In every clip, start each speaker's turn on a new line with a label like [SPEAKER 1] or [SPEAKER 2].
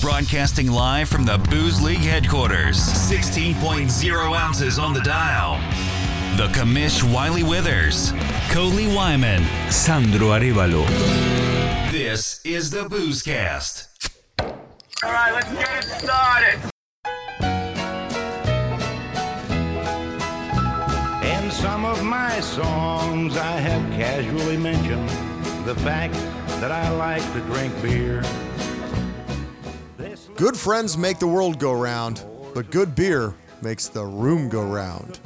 [SPEAKER 1] broadcasting live from the Booze League headquarters. 16.0 ounces on the dial. The commish Wiley Withers, Coley Wyman.
[SPEAKER 2] Sandro Arevalo.
[SPEAKER 1] This is the Boozecast.
[SPEAKER 3] All right, let's get it started.
[SPEAKER 4] In some of my songs, I have casually mentioned the fact that I like to drink beer.
[SPEAKER 5] Good friends make the world go round, but good beer makes the room go round.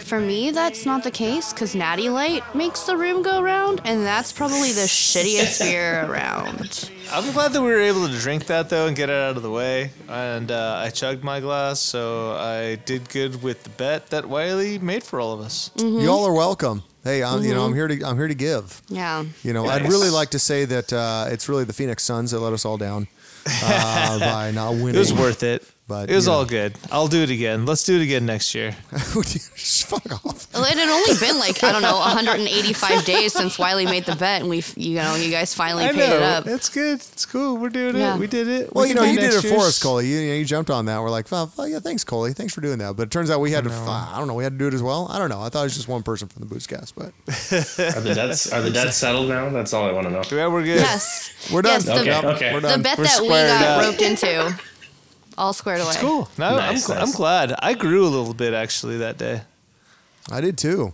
[SPEAKER 6] For me, that's not the case because Natty Light makes the room go round, and that's probably the shittiest beer around.
[SPEAKER 7] I'm glad that we were able to drink that though and get it out of the way. And uh, I chugged my glass, so I did good with the bet that Wiley made for all of us.
[SPEAKER 6] Mm-hmm.
[SPEAKER 5] Y'all are welcome. Hey, I'm, you know I'm here to I'm here to give.
[SPEAKER 6] Yeah.
[SPEAKER 5] You know, I'd
[SPEAKER 7] Nice.
[SPEAKER 5] really like to say that uh, it's really the Phoenix Suns that let us all down uh, by not winning.
[SPEAKER 7] It was worth it.
[SPEAKER 5] But,
[SPEAKER 7] it was
[SPEAKER 5] you know.
[SPEAKER 7] all good. I'll do it again. Let's do it again next year.
[SPEAKER 5] Fuck off.
[SPEAKER 6] Well, It had only been like I don't know 185 days since Wiley made the bet, and we, you know, you guys finally
[SPEAKER 7] I
[SPEAKER 6] paid it
[SPEAKER 7] know.
[SPEAKER 6] up.
[SPEAKER 7] It's good. It's cool. We're doing
[SPEAKER 6] Yeah.
[SPEAKER 7] it. We did it.
[SPEAKER 5] Well,
[SPEAKER 7] We
[SPEAKER 5] you
[SPEAKER 7] can
[SPEAKER 5] know,
[SPEAKER 7] do
[SPEAKER 5] you did it
[SPEAKER 7] next
[SPEAKER 5] for
[SPEAKER 7] years.
[SPEAKER 5] us, Coley. You, you jumped on that. We're like, well, well, yeah, thanks, Coley. Thanks for doing that. But it turns out we had to, I don't know, we had to do it as well. I don't know. I thought it was just one person from the Boozcast, but
[SPEAKER 8] Are the debts are the debts settled now? That's all I want to know.
[SPEAKER 7] Yeah, we're good.
[SPEAKER 6] Yes.
[SPEAKER 5] we're done.
[SPEAKER 6] Yes, the,
[SPEAKER 8] Okay, okay.
[SPEAKER 5] We're
[SPEAKER 6] the
[SPEAKER 5] done.
[SPEAKER 6] bet
[SPEAKER 7] We're
[SPEAKER 6] that we
[SPEAKER 7] squared
[SPEAKER 6] got
[SPEAKER 7] up.
[SPEAKER 6] roped into, all squared away.
[SPEAKER 7] Cool. No,
[SPEAKER 8] Nice,
[SPEAKER 7] I'm, gl-
[SPEAKER 8] nice.
[SPEAKER 7] I'm glad. I grew a little bit actually that day.
[SPEAKER 5] I did too.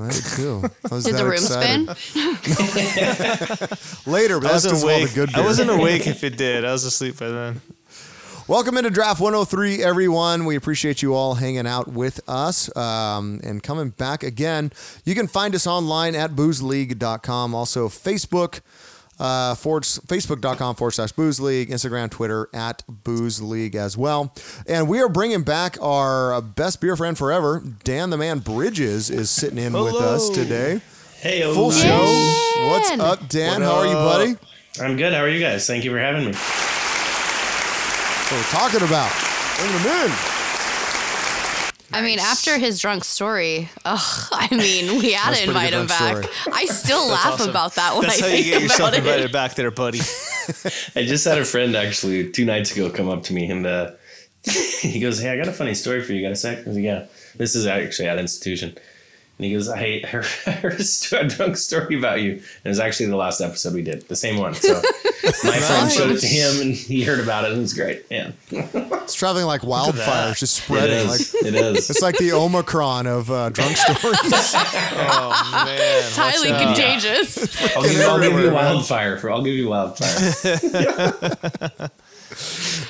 [SPEAKER 5] I did too. I was
[SPEAKER 6] Did
[SPEAKER 5] that
[SPEAKER 6] the room
[SPEAKER 5] excited.
[SPEAKER 6] spin?
[SPEAKER 5] Later, but
[SPEAKER 7] I
[SPEAKER 5] that's
[SPEAKER 7] wasn't
[SPEAKER 5] because of all the
[SPEAKER 7] awake.
[SPEAKER 5] good
[SPEAKER 7] I
[SPEAKER 5] beer.
[SPEAKER 7] wasn't awake if it did. I was asleep by then.
[SPEAKER 5] Welcome into Draft 103, everyone. We appreciate you all hanging out with us um, and coming back again. You can find us online at boozeleague.com, also Facebook. Uh, forward, Facebook.com forward slash booze league, Instagram, Twitter at booze league as well. And we are bringing back our best beer friend forever, Dan the Man Bridges, is sitting in with us
[SPEAKER 7] Hello.
[SPEAKER 5] today.
[SPEAKER 8] Hey,
[SPEAKER 5] Full show. What's up, Dan? How are you, buddy?
[SPEAKER 8] I'm good. How are you guys? Thank you for having me.
[SPEAKER 5] What we're talking about. Bring them in.
[SPEAKER 6] I mean, after his drunk story, ugh, I mean, we had
[SPEAKER 5] That's
[SPEAKER 6] to
[SPEAKER 5] pretty
[SPEAKER 6] invite
[SPEAKER 5] good
[SPEAKER 6] him back.
[SPEAKER 5] drunk
[SPEAKER 6] I still laugh about that when
[SPEAKER 7] That's
[SPEAKER 6] I
[SPEAKER 7] how you
[SPEAKER 6] think
[SPEAKER 7] get yourself
[SPEAKER 6] about
[SPEAKER 7] invited
[SPEAKER 6] it.
[SPEAKER 7] back there, buddy.
[SPEAKER 8] I just had a friend actually two nights ago come up to me and uh, he goes, "Hey, I got a funny story for you. Got a sec?" I was like, "Yeah." This is actually at institution, and he goes, "I heard, I heard a, st- a drunk story about you." And it was actually the last episode we did, the same one. So my friend showed it to him, and he heard about it, and it was great. Yeah,
[SPEAKER 5] It's traveling like wildfire. It's just
[SPEAKER 8] it
[SPEAKER 5] spreading. Like,
[SPEAKER 8] is. It is.
[SPEAKER 5] it's like the Omicron of uh, drunk stories.
[SPEAKER 7] Oh man.
[SPEAKER 6] It's highly contagious.
[SPEAKER 8] I'll give, you- I'll give you
[SPEAKER 5] everywhere.
[SPEAKER 8] wildfire for. I'll give you wildfire.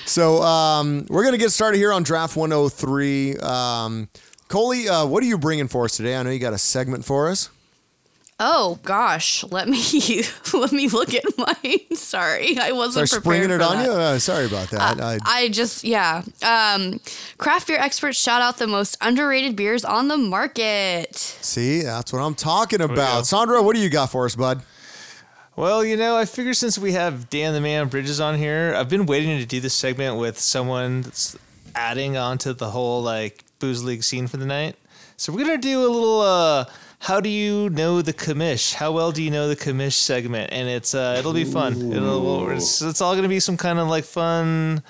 [SPEAKER 5] so um, we're gonna get started here on Draft 103. Um, Coley, uh, what are you bringing for us today? I know you got a segment for us.
[SPEAKER 6] Oh gosh, let me let me look at mine. Sorry, I
[SPEAKER 5] They're
[SPEAKER 6] wasn't prepared
[SPEAKER 5] springing it
[SPEAKER 6] for
[SPEAKER 5] on
[SPEAKER 6] that.
[SPEAKER 5] you. Uh, sorry about that. I,
[SPEAKER 6] I just yeah. Um, craft beer experts shout out the most underrated beers on the market.
[SPEAKER 5] see, that's what I'm talking about. Sandra, what do you got for us, bud?
[SPEAKER 7] Well, you know, I figure since we have Dan the Man Bridges on here, I've been waiting to do this segment with someone that's adding on to the whole like booze league scene for the night. So we're gonna do a little uh how do you know the commish? How well do you know the commish segment? And it's uh it'll be fun. It'll it's, it's all gonna be some kind of like fun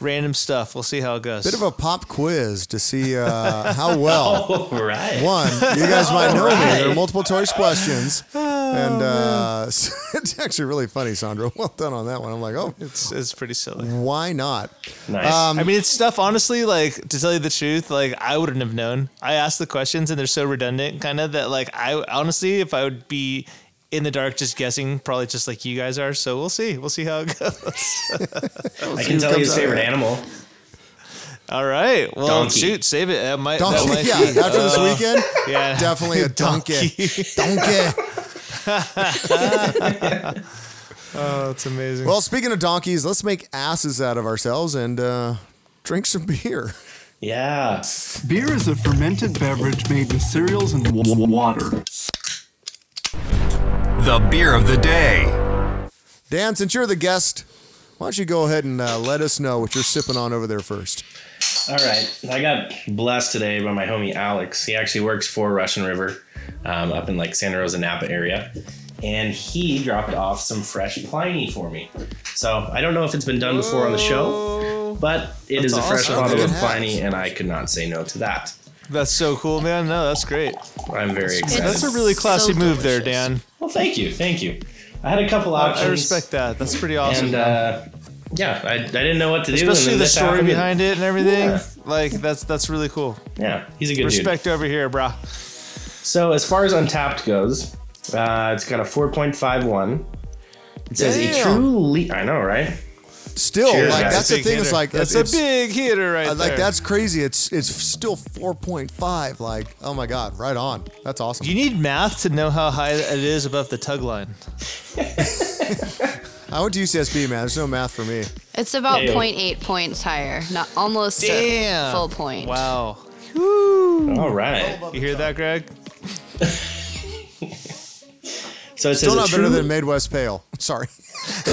[SPEAKER 7] random stuff. We'll see how it goes.
[SPEAKER 5] Bit of a pop quiz to see uh, how well.
[SPEAKER 8] All right.
[SPEAKER 5] One, you guys might know me. There are multiple choice questions,
[SPEAKER 8] Oh,
[SPEAKER 5] and uh, it's actually really funny, Sandra. Well done on that one. I'm like, oh,
[SPEAKER 7] it's it's pretty silly.
[SPEAKER 5] why not?
[SPEAKER 8] Nice.
[SPEAKER 5] Um,
[SPEAKER 7] I mean, it's stuff. Honestly, like to tell you the truth, like I wouldn't have known. I asked the questions, and they're so redundant, kind of that. Like I honestly, if I would be in the dark, just guessing, probably just like you guys are. So we'll see. We'll see how it goes.
[SPEAKER 8] I can tell you his favorite animal.
[SPEAKER 7] All right. Well,
[SPEAKER 8] Donkey.
[SPEAKER 7] shoot, save it. That might. That
[SPEAKER 5] Donkey,
[SPEAKER 7] might
[SPEAKER 5] yeah.
[SPEAKER 7] be-
[SPEAKER 5] After this weekend,
[SPEAKER 7] yeah.
[SPEAKER 5] definitely a donkey. donkey.
[SPEAKER 7] Oh, that's amazing.
[SPEAKER 5] Well, speaking of donkeys, let's make asses out of ourselves and uh, drink some beer.
[SPEAKER 8] Yeah.
[SPEAKER 9] Beer is a fermented beverage made with cereals and w- w- water.
[SPEAKER 1] The beer of the day.
[SPEAKER 5] Dan, since you're the guest, why don't you go ahead and uh, let us know what you're sipping on over there first?
[SPEAKER 8] All right. I got blessed today by my homie Alex. He actually works for Russian River um, up in like Santa Rosa Napa area. and he dropped off some fresh piney for me. So I don't know if it's been done before on the show, but it is a fresh
[SPEAKER 7] awesome.
[SPEAKER 8] bottle
[SPEAKER 5] It
[SPEAKER 8] of
[SPEAKER 5] has.
[SPEAKER 8] piney, and I could not say no to that.
[SPEAKER 7] That's so cool, man. No, that's great.
[SPEAKER 8] I'm very excited.
[SPEAKER 7] That's a really
[SPEAKER 6] so
[SPEAKER 7] classy move there,
[SPEAKER 6] delicious.
[SPEAKER 7] Dan.
[SPEAKER 8] well, thank you, thank you. I had a couple options.
[SPEAKER 7] I respect that. That's pretty awesome.
[SPEAKER 8] And uh, yeah, I, I didn't know what to do. and
[SPEAKER 7] Especially
[SPEAKER 8] then
[SPEAKER 7] the
[SPEAKER 8] this
[SPEAKER 7] story
[SPEAKER 8] happened, and-
[SPEAKER 7] behind it and everything.
[SPEAKER 8] Yeah.
[SPEAKER 7] Like that's that's really cool.
[SPEAKER 8] Yeah, he's a good dude.
[SPEAKER 7] Respect over here, brah.
[SPEAKER 8] So as far as Untapped goes, uh, it's got a 4.51. It says a
[SPEAKER 5] Damn.
[SPEAKER 8] true lead. I know, right?
[SPEAKER 5] Still,
[SPEAKER 8] Cheers,
[SPEAKER 5] like
[SPEAKER 8] guys.
[SPEAKER 5] that's the
[SPEAKER 7] Big
[SPEAKER 5] thing. Is
[SPEAKER 7] hitter.
[SPEAKER 5] like
[SPEAKER 7] that's
[SPEAKER 5] it's-
[SPEAKER 7] a big hitter right
[SPEAKER 5] uh,
[SPEAKER 7] there.
[SPEAKER 5] Like that's crazy. It's it's still four point five. Like oh my god, right on. That's awesome.
[SPEAKER 7] You need math to know how high it is above the tug line.
[SPEAKER 5] I went to UCSB, man. There's no math for me.
[SPEAKER 6] It's about
[SPEAKER 8] Hey.
[SPEAKER 6] 0.8 points higher, not almost a
[SPEAKER 7] Damn.
[SPEAKER 6] full point.
[SPEAKER 7] Wow.
[SPEAKER 8] All right.
[SPEAKER 7] You hear that, Greg?
[SPEAKER 8] So it
[SPEAKER 5] Still
[SPEAKER 8] says
[SPEAKER 5] not
[SPEAKER 8] a true.
[SPEAKER 5] better than Made West Pale. Sorry.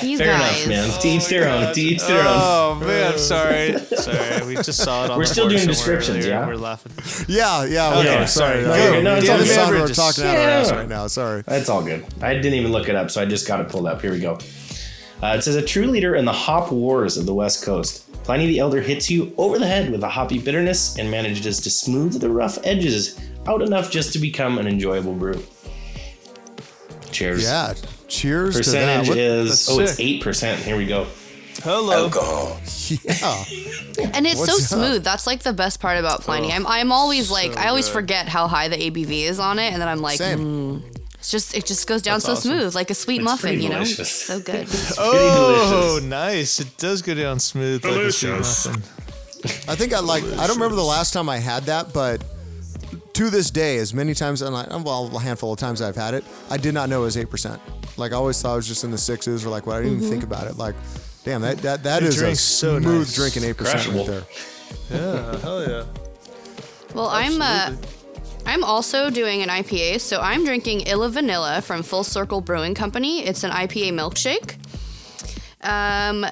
[SPEAKER 6] You
[SPEAKER 8] Fair
[SPEAKER 6] guys.
[SPEAKER 8] enough, man. To each their own. To each their own.
[SPEAKER 7] Oh man, I'm sorry. Sorry, we just saw it on.
[SPEAKER 8] We're
[SPEAKER 7] the
[SPEAKER 8] still
[SPEAKER 7] board
[SPEAKER 8] doing
[SPEAKER 7] somewhere
[SPEAKER 8] descriptions,
[SPEAKER 7] earlier.
[SPEAKER 8] yeah?
[SPEAKER 7] We're laughing.
[SPEAKER 5] Yeah, yeah. Okay,
[SPEAKER 8] Yeah,
[SPEAKER 5] sorry.
[SPEAKER 8] sorry. No,
[SPEAKER 5] Okay,
[SPEAKER 8] you're- no,
[SPEAKER 5] me
[SPEAKER 8] it's
[SPEAKER 5] and
[SPEAKER 8] all good.
[SPEAKER 5] Sandra are
[SPEAKER 7] Beverages.
[SPEAKER 5] talking out our ass
[SPEAKER 8] Yeah.
[SPEAKER 5] right now. Sorry.
[SPEAKER 8] That's all good. I didn't even look it up, so I just got it pulled up. Here we go. Uh, it says a true leader in the hop wars of the West Coast. Pliny the Elder hits you over the head with a hoppy bitterness and manages to smooth the rough edges out enough just to become an enjoyable brew. Cheers.
[SPEAKER 5] Yeah. Cheers
[SPEAKER 8] Percentage
[SPEAKER 5] to that.
[SPEAKER 8] is
[SPEAKER 7] that's
[SPEAKER 8] oh, it's
[SPEAKER 7] sick.
[SPEAKER 8] eight percent. Here we go. Oh,
[SPEAKER 7] Hello.
[SPEAKER 5] What- yeah.
[SPEAKER 6] And it's
[SPEAKER 5] What's
[SPEAKER 6] so
[SPEAKER 5] up?
[SPEAKER 6] smooth. That's like the best part about Pliny.
[SPEAKER 8] Oh,
[SPEAKER 6] I'm, I'm always like, I always forget how high the ABV is on it, and then I'm like,
[SPEAKER 5] Same.
[SPEAKER 6] mm, it's just it just goes down so smooth, like a sweet muffin,
[SPEAKER 8] pretty
[SPEAKER 6] you know?
[SPEAKER 8] delicious.
[SPEAKER 6] So good.
[SPEAKER 7] Oh, nice. It does go down smooth. Delicious. Like a sweet muffin.
[SPEAKER 5] I think I like. I don't remember the last time I had that, but to this day, as many times and like well, a handful of times I've had it, I did not know it was eight percent. Like I always thought it was just in the sixes or like what. I didn't even think about it. Like, damn, that that that
[SPEAKER 7] It
[SPEAKER 5] is a
[SPEAKER 7] drinks so
[SPEAKER 5] smooth
[SPEAKER 7] nice.
[SPEAKER 5] drinking eight percent
[SPEAKER 8] Crushable.
[SPEAKER 5] right there.
[SPEAKER 7] Yeah, hell yeah.
[SPEAKER 6] Well, I'm uh, I'm also doing an IPA, so I'm drinking Illa Vanilla from Full Circle Brewing Company. It's an IPA milkshake. Um,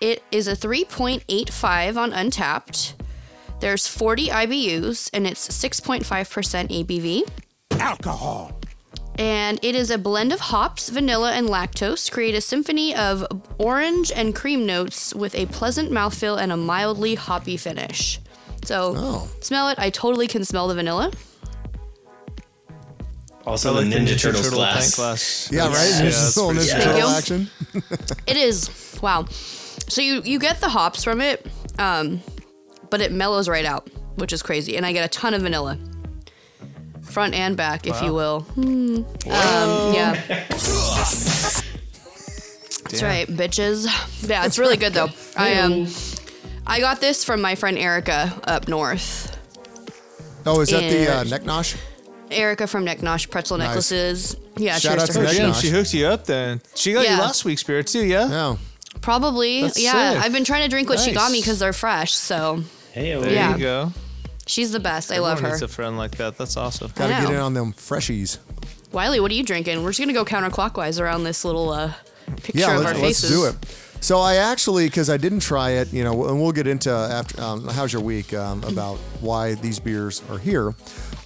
[SPEAKER 6] it is a 3.85 on Untapped. There's 40 IBUs and it's 6.5% ABV. Alcohol. And it is a blend of hops, vanilla, and lactose. Create a symphony of orange and cream notes with a pleasant mouthfeel and a mildly hoppy finish. So,
[SPEAKER 5] Oh.
[SPEAKER 6] smell it. I totally can smell the vanilla.
[SPEAKER 8] Also, the Ninja, Turtles glass.
[SPEAKER 7] glass.
[SPEAKER 5] Yeah, right. There's
[SPEAKER 7] that's
[SPEAKER 5] this little
[SPEAKER 7] pretty
[SPEAKER 5] Ninja
[SPEAKER 6] sick.
[SPEAKER 5] Turtle
[SPEAKER 6] Thank you.
[SPEAKER 5] action.
[SPEAKER 6] It is wow. So you you get the hops from it, um, but it mellows right out, which is crazy. And I get a ton of vanilla, front and back, if you will. Hmm. Um, yeah. That's right, bitches. Yeah, it's really good though. I um, I got this from my friend Erica up north.
[SPEAKER 5] Oh, is that the uh,
[SPEAKER 6] And-
[SPEAKER 5] neck nosh?
[SPEAKER 6] Erica from Neck Nosh Pretzel
[SPEAKER 5] Nice.
[SPEAKER 6] Necklaces. Yeah,
[SPEAKER 5] Shout
[SPEAKER 6] cheers
[SPEAKER 5] out to
[SPEAKER 6] her.
[SPEAKER 5] Neck
[SPEAKER 7] Damn,
[SPEAKER 5] Nosh.
[SPEAKER 7] she hooked you up then. She got
[SPEAKER 6] Yeah.
[SPEAKER 7] you last week's beer too, yeah?
[SPEAKER 5] No.
[SPEAKER 6] Probably.
[SPEAKER 7] That's
[SPEAKER 6] yeah,
[SPEAKER 7] sick.
[SPEAKER 6] I've been trying to drink what she got
[SPEAKER 7] Nice.
[SPEAKER 6] me because they're fresh. So
[SPEAKER 8] Hey,
[SPEAKER 7] There
[SPEAKER 6] Yeah.
[SPEAKER 7] you go.
[SPEAKER 6] she's the best. I love
[SPEAKER 7] Everyone
[SPEAKER 6] her.
[SPEAKER 7] needs a friend like that. That's awesome.
[SPEAKER 5] Gotta
[SPEAKER 6] know.
[SPEAKER 5] get in on them freshies.
[SPEAKER 6] Wiley, what are you drinking? We're just gonna go counterclockwise around this little uh, picture
[SPEAKER 5] Yeah,
[SPEAKER 6] of
[SPEAKER 5] let's,
[SPEAKER 6] our
[SPEAKER 5] let's
[SPEAKER 6] faces.
[SPEAKER 5] do it. So I actually, because I didn't try it, you know, and we'll get into after um, how's your week um,
[SPEAKER 6] Mm-hmm.
[SPEAKER 5] about why these beers are here.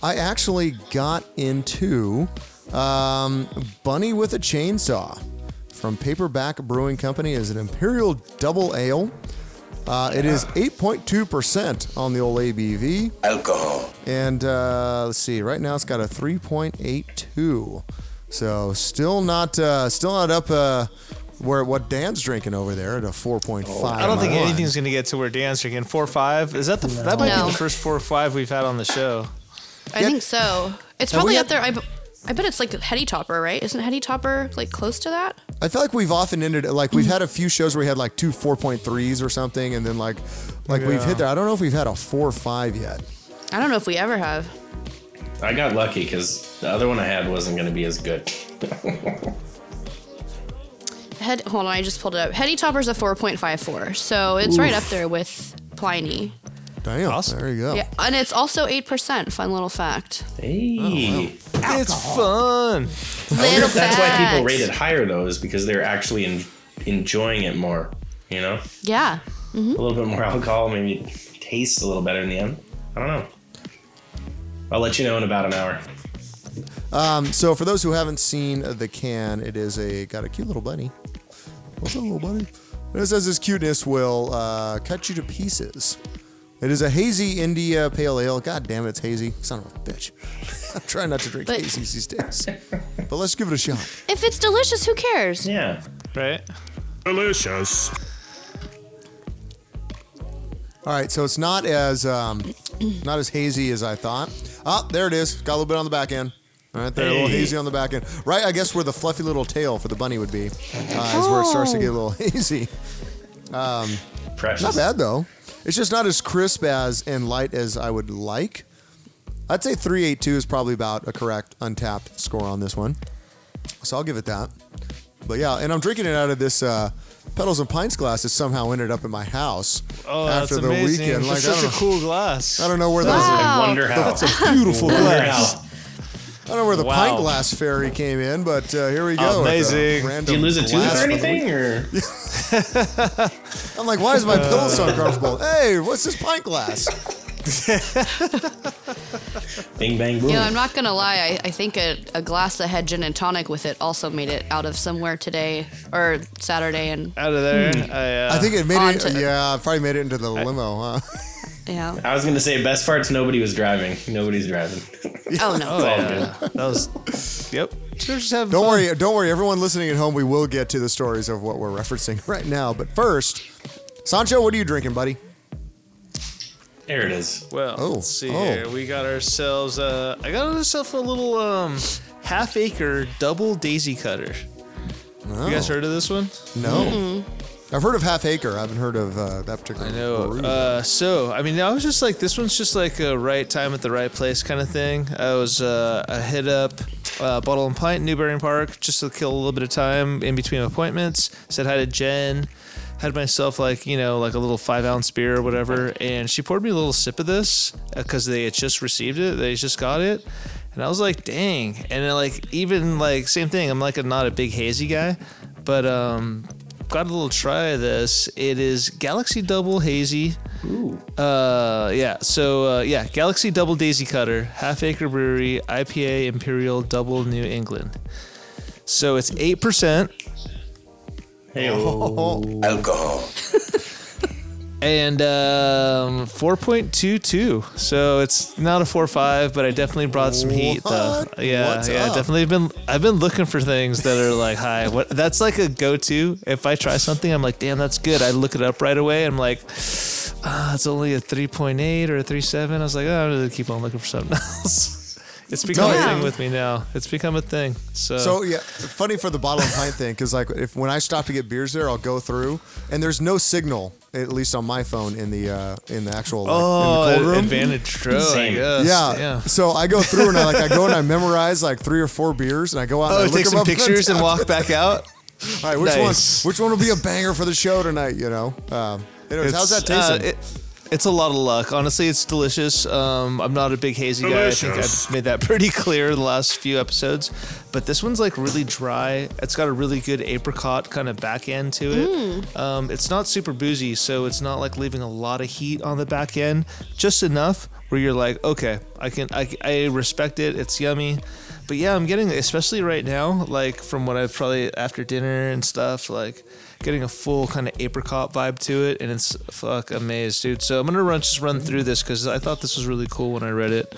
[SPEAKER 5] I actually got into um, Bunny with a Chainsaw from Paperback Brewing Company is an Imperial Double Ale. Uh, It is 8.2% on the old ABV. And uh, let's see, right now it's got a 3.82. So still not uh, still not up uh, where what Dan's drinking over there at a 4.5.
[SPEAKER 7] Oh, I don't think anything's gonna get to where Dan's drinking four five. Is that the that might
[SPEAKER 6] No.
[SPEAKER 7] be the first four or five we've had on the show?
[SPEAKER 6] I
[SPEAKER 5] Yeah.
[SPEAKER 6] think so. It's
[SPEAKER 5] Have we
[SPEAKER 6] probably
[SPEAKER 5] had-
[SPEAKER 6] up there. I, b- I bet it's like Hetty Topper, right? Isn't Hetty Topper like close to that?
[SPEAKER 5] I feel like we've often ended like we've had a few shows where we had like two 4.3s or something and then like like we've
[SPEAKER 7] Yeah.
[SPEAKER 5] hit there. I don't know if we've had a 4.5 yet.
[SPEAKER 6] I don't know if we ever have.
[SPEAKER 8] I got lucky because the other one I had wasn't going to be as good.
[SPEAKER 6] Head, hold on, I just pulled it up. Hetty Topper's a 4.54, so it's right up there with Pliny.
[SPEAKER 5] Damn.
[SPEAKER 7] Awesome.
[SPEAKER 5] There you go.
[SPEAKER 6] Yeah, and it's also 8%. Fun little fact.
[SPEAKER 8] Hey.
[SPEAKER 7] It's fun.
[SPEAKER 6] Little
[SPEAKER 8] That's why people
[SPEAKER 6] facts.
[SPEAKER 8] rate it higher, though, is because they're actually en- enjoying it more. You know?
[SPEAKER 6] Yeah.
[SPEAKER 8] A little bit more alcohol, maybe it tastes a little better in the end. I don't know. I'll let you know in about an hour.
[SPEAKER 5] Um, so for those who haven't seen the can, it is a got a cute little bunny. What's up, little bunny? And it says his cuteness will uh, cut you to pieces. It is a hazy India pale ale. God damn it, it's hazy. Son of a bitch. I'm trying not to drink
[SPEAKER 6] But-
[SPEAKER 5] hazies these days. But let's give it a shot.
[SPEAKER 6] If it's delicious, who cares?
[SPEAKER 8] Yeah.
[SPEAKER 7] right?
[SPEAKER 5] All right, so it's not as um, not as hazy as I thought. Oh, there it is. Got a little bit on the back end. All right there, a little
[SPEAKER 8] Hey.
[SPEAKER 5] hazy on the back end. Right, I guess where the fluffy little tail for the bunny would be uh, is where it starts to get a little hazy.
[SPEAKER 8] Precious.
[SPEAKER 5] Not bad though. It's just not as crisp as and light as I would like. I'd say 382 is probably about a correct untapped score on this one. So I'll give it that. But yeah, and I'm drinking it out of this uh, Petals and Pints glass that somehow ended up in my house
[SPEAKER 7] Oh,
[SPEAKER 5] after
[SPEAKER 7] that's
[SPEAKER 5] the
[SPEAKER 7] amazing.
[SPEAKER 5] weekend. Like, I
[SPEAKER 7] It's
[SPEAKER 5] don't,
[SPEAKER 7] such a
[SPEAKER 5] know,
[SPEAKER 7] cool glass.
[SPEAKER 5] I don't know where
[SPEAKER 6] Wow.
[SPEAKER 5] those
[SPEAKER 8] I wonder how.
[SPEAKER 5] That's a beautiful
[SPEAKER 8] Wonder
[SPEAKER 5] glass.
[SPEAKER 8] how.
[SPEAKER 5] I don't know where the
[SPEAKER 7] Wow.
[SPEAKER 5] pint glass fairy came in, but uh, here we go. with the
[SPEAKER 7] Amazing.
[SPEAKER 5] random
[SPEAKER 8] Do you lose a
[SPEAKER 5] glass
[SPEAKER 8] tooth or
[SPEAKER 5] for the week.
[SPEAKER 8] anything? Or
[SPEAKER 5] I'm like, why is
[SPEAKER 7] Uh,
[SPEAKER 5] my pillow so uncomfortable? Hey, what's this pint glass?
[SPEAKER 8] bing bang boom.
[SPEAKER 6] You know, I'm not gonna lie. I, I think a, a glass that had gin and tonic with it also made it out of somewhere today or Saturday, and
[SPEAKER 7] Out of there. I, uh,
[SPEAKER 5] Hmm. I think it made
[SPEAKER 6] Onto-
[SPEAKER 5] it. Yeah, probably made it into the limo, huh?
[SPEAKER 6] yeah.
[SPEAKER 8] I was gonna say best parts. Nobody was driving. Nobody's driving.
[SPEAKER 6] Oh no.
[SPEAKER 8] It's all
[SPEAKER 7] yeah. that was. Yep. So just having
[SPEAKER 5] Don't
[SPEAKER 7] fun.
[SPEAKER 5] worry, don't worry. Everyone listening at home, we will get to the stories of what we're referencing right now. But first, Sancho, what are you drinking, buddy?
[SPEAKER 8] good. There it is.
[SPEAKER 7] Well,
[SPEAKER 5] Oh,
[SPEAKER 7] let's see
[SPEAKER 5] oh.
[SPEAKER 7] here. We got ourselves. Uh, I got ourselves a little um, half acre double daisy cutter.
[SPEAKER 5] No,
[SPEAKER 7] You guys heard of this one?
[SPEAKER 5] Oh, no. I've heard of Half Acre. I haven't heard of uh, that particular.
[SPEAKER 7] I know.
[SPEAKER 5] brewery.
[SPEAKER 7] Uh, so, I mean, I was just like, this one's just like a right time at the right place kind of thing. I was, uh, I hit up uh, Bottle and Pint, in Newberry Park, just to kill a little bit of time in between appointments. Said hi to Jen. Had myself like, you know, like a little five ounce beer or whatever. And she poured me a little sip of this because they had just received it. They just got it. And I was like, dang. And then, like, even like, same thing. I'm like, a, not a big hazy guy. But, um, got a little try of this. It is Galaxy Double Hazy. Uh, yeah. So uh, yeah, Galaxy Double Daisy Cutter, Half Acre Brewery, IPA Imperial Double New England. So it's eight percent,
[SPEAKER 8] Hey,
[SPEAKER 5] Oh.
[SPEAKER 7] and um, 4.22. So it's not a 4.5, but I definitely brought some heat though.
[SPEAKER 5] What?
[SPEAKER 7] Yeah,
[SPEAKER 5] What's
[SPEAKER 7] yeah,
[SPEAKER 5] up?
[SPEAKER 7] definitely been I've been looking for things that are like high. What that's like a go-to. If I try something, I'm like, "Damn, that's good." I look it up right away. I'm like, "Ah, it's only a 3.8 or a 3.7." I was like, "Oh, I'm going to keep on looking for something else." It's become a
[SPEAKER 5] No.
[SPEAKER 7] thing with me now. It's become a thing. So,
[SPEAKER 5] So yeah, funny for the bottle and pint thing because like if when I stop to get beers there, I'll go through and there's no signal at least on my phone in the uh, in the actual like,
[SPEAKER 7] oh,
[SPEAKER 5] in the cold room.
[SPEAKER 7] advantage throw, I
[SPEAKER 8] Same.
[SPEAKER 7] guess.
[SPEAKER 5] Yeah.
[SPEAKER 7] Damn.
[SPEAKER 5] So I go through and I like I go and I memorize like three or four beers and I go out.
[SPEAKER 7] Oh,
[SPEAKER 5] and I
[SPEAKER 7] take
[SPEAKER 5] look 'em
[SPEAKER 7] some
[SPEAKER 5] up
[SPEAKER 7] pictures and walk back out.
[SPEAKER 5] All right, which
[SPEAKER 7] Nice.
[SPEAKER 5] one? Which one will be a banger for the show tonight? You know. Um, anyways, how's that
[SPEAKER 7] uh,
[SPEAKER 5] tasting?
[SPEAKER 7] it- it's a lot of luck. Honestly, it's delicious. Um, I'm not a big hazy guy. I think I've made that pretty clear in the last few episodes. But this one's like really dry. It's got a really good apricot kind of back end to it. Um, it's not super boozy, so it's not like leaving a lot of heat on the back end. Just enough where you're like, okay, I can, I, I respect it. It's yummy. But yeah, I'm getting, especially right now, like from what I've probably after dinner and stuff, like getting a full kind of apricot vibe to it, and it's fuck amazed, dude. So I'm gonna run just run through this because I thought this was really cool when I read it.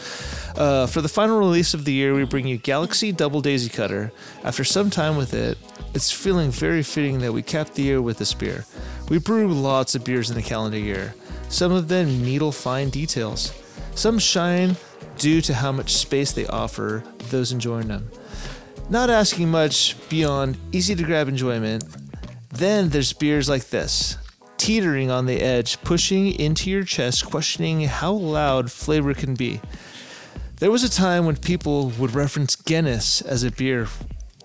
[SPEAKER 7] Uh, for the final release of the year, we bring you Galaxy Double Daisy Cutter. After some time with it, it's feeling very fitting that we cap the year with this beer. We brew lots of beers in the calendar year. Some of them needle fine details. Some shine due to how much space they offer those enjoying them. Not asking much beyond easy to grab enjoyment, then there's beers like this, teetering on the edge, pushing into your chest, questioning how loud flavor can be. There was a time when people would reference Guinness as a beer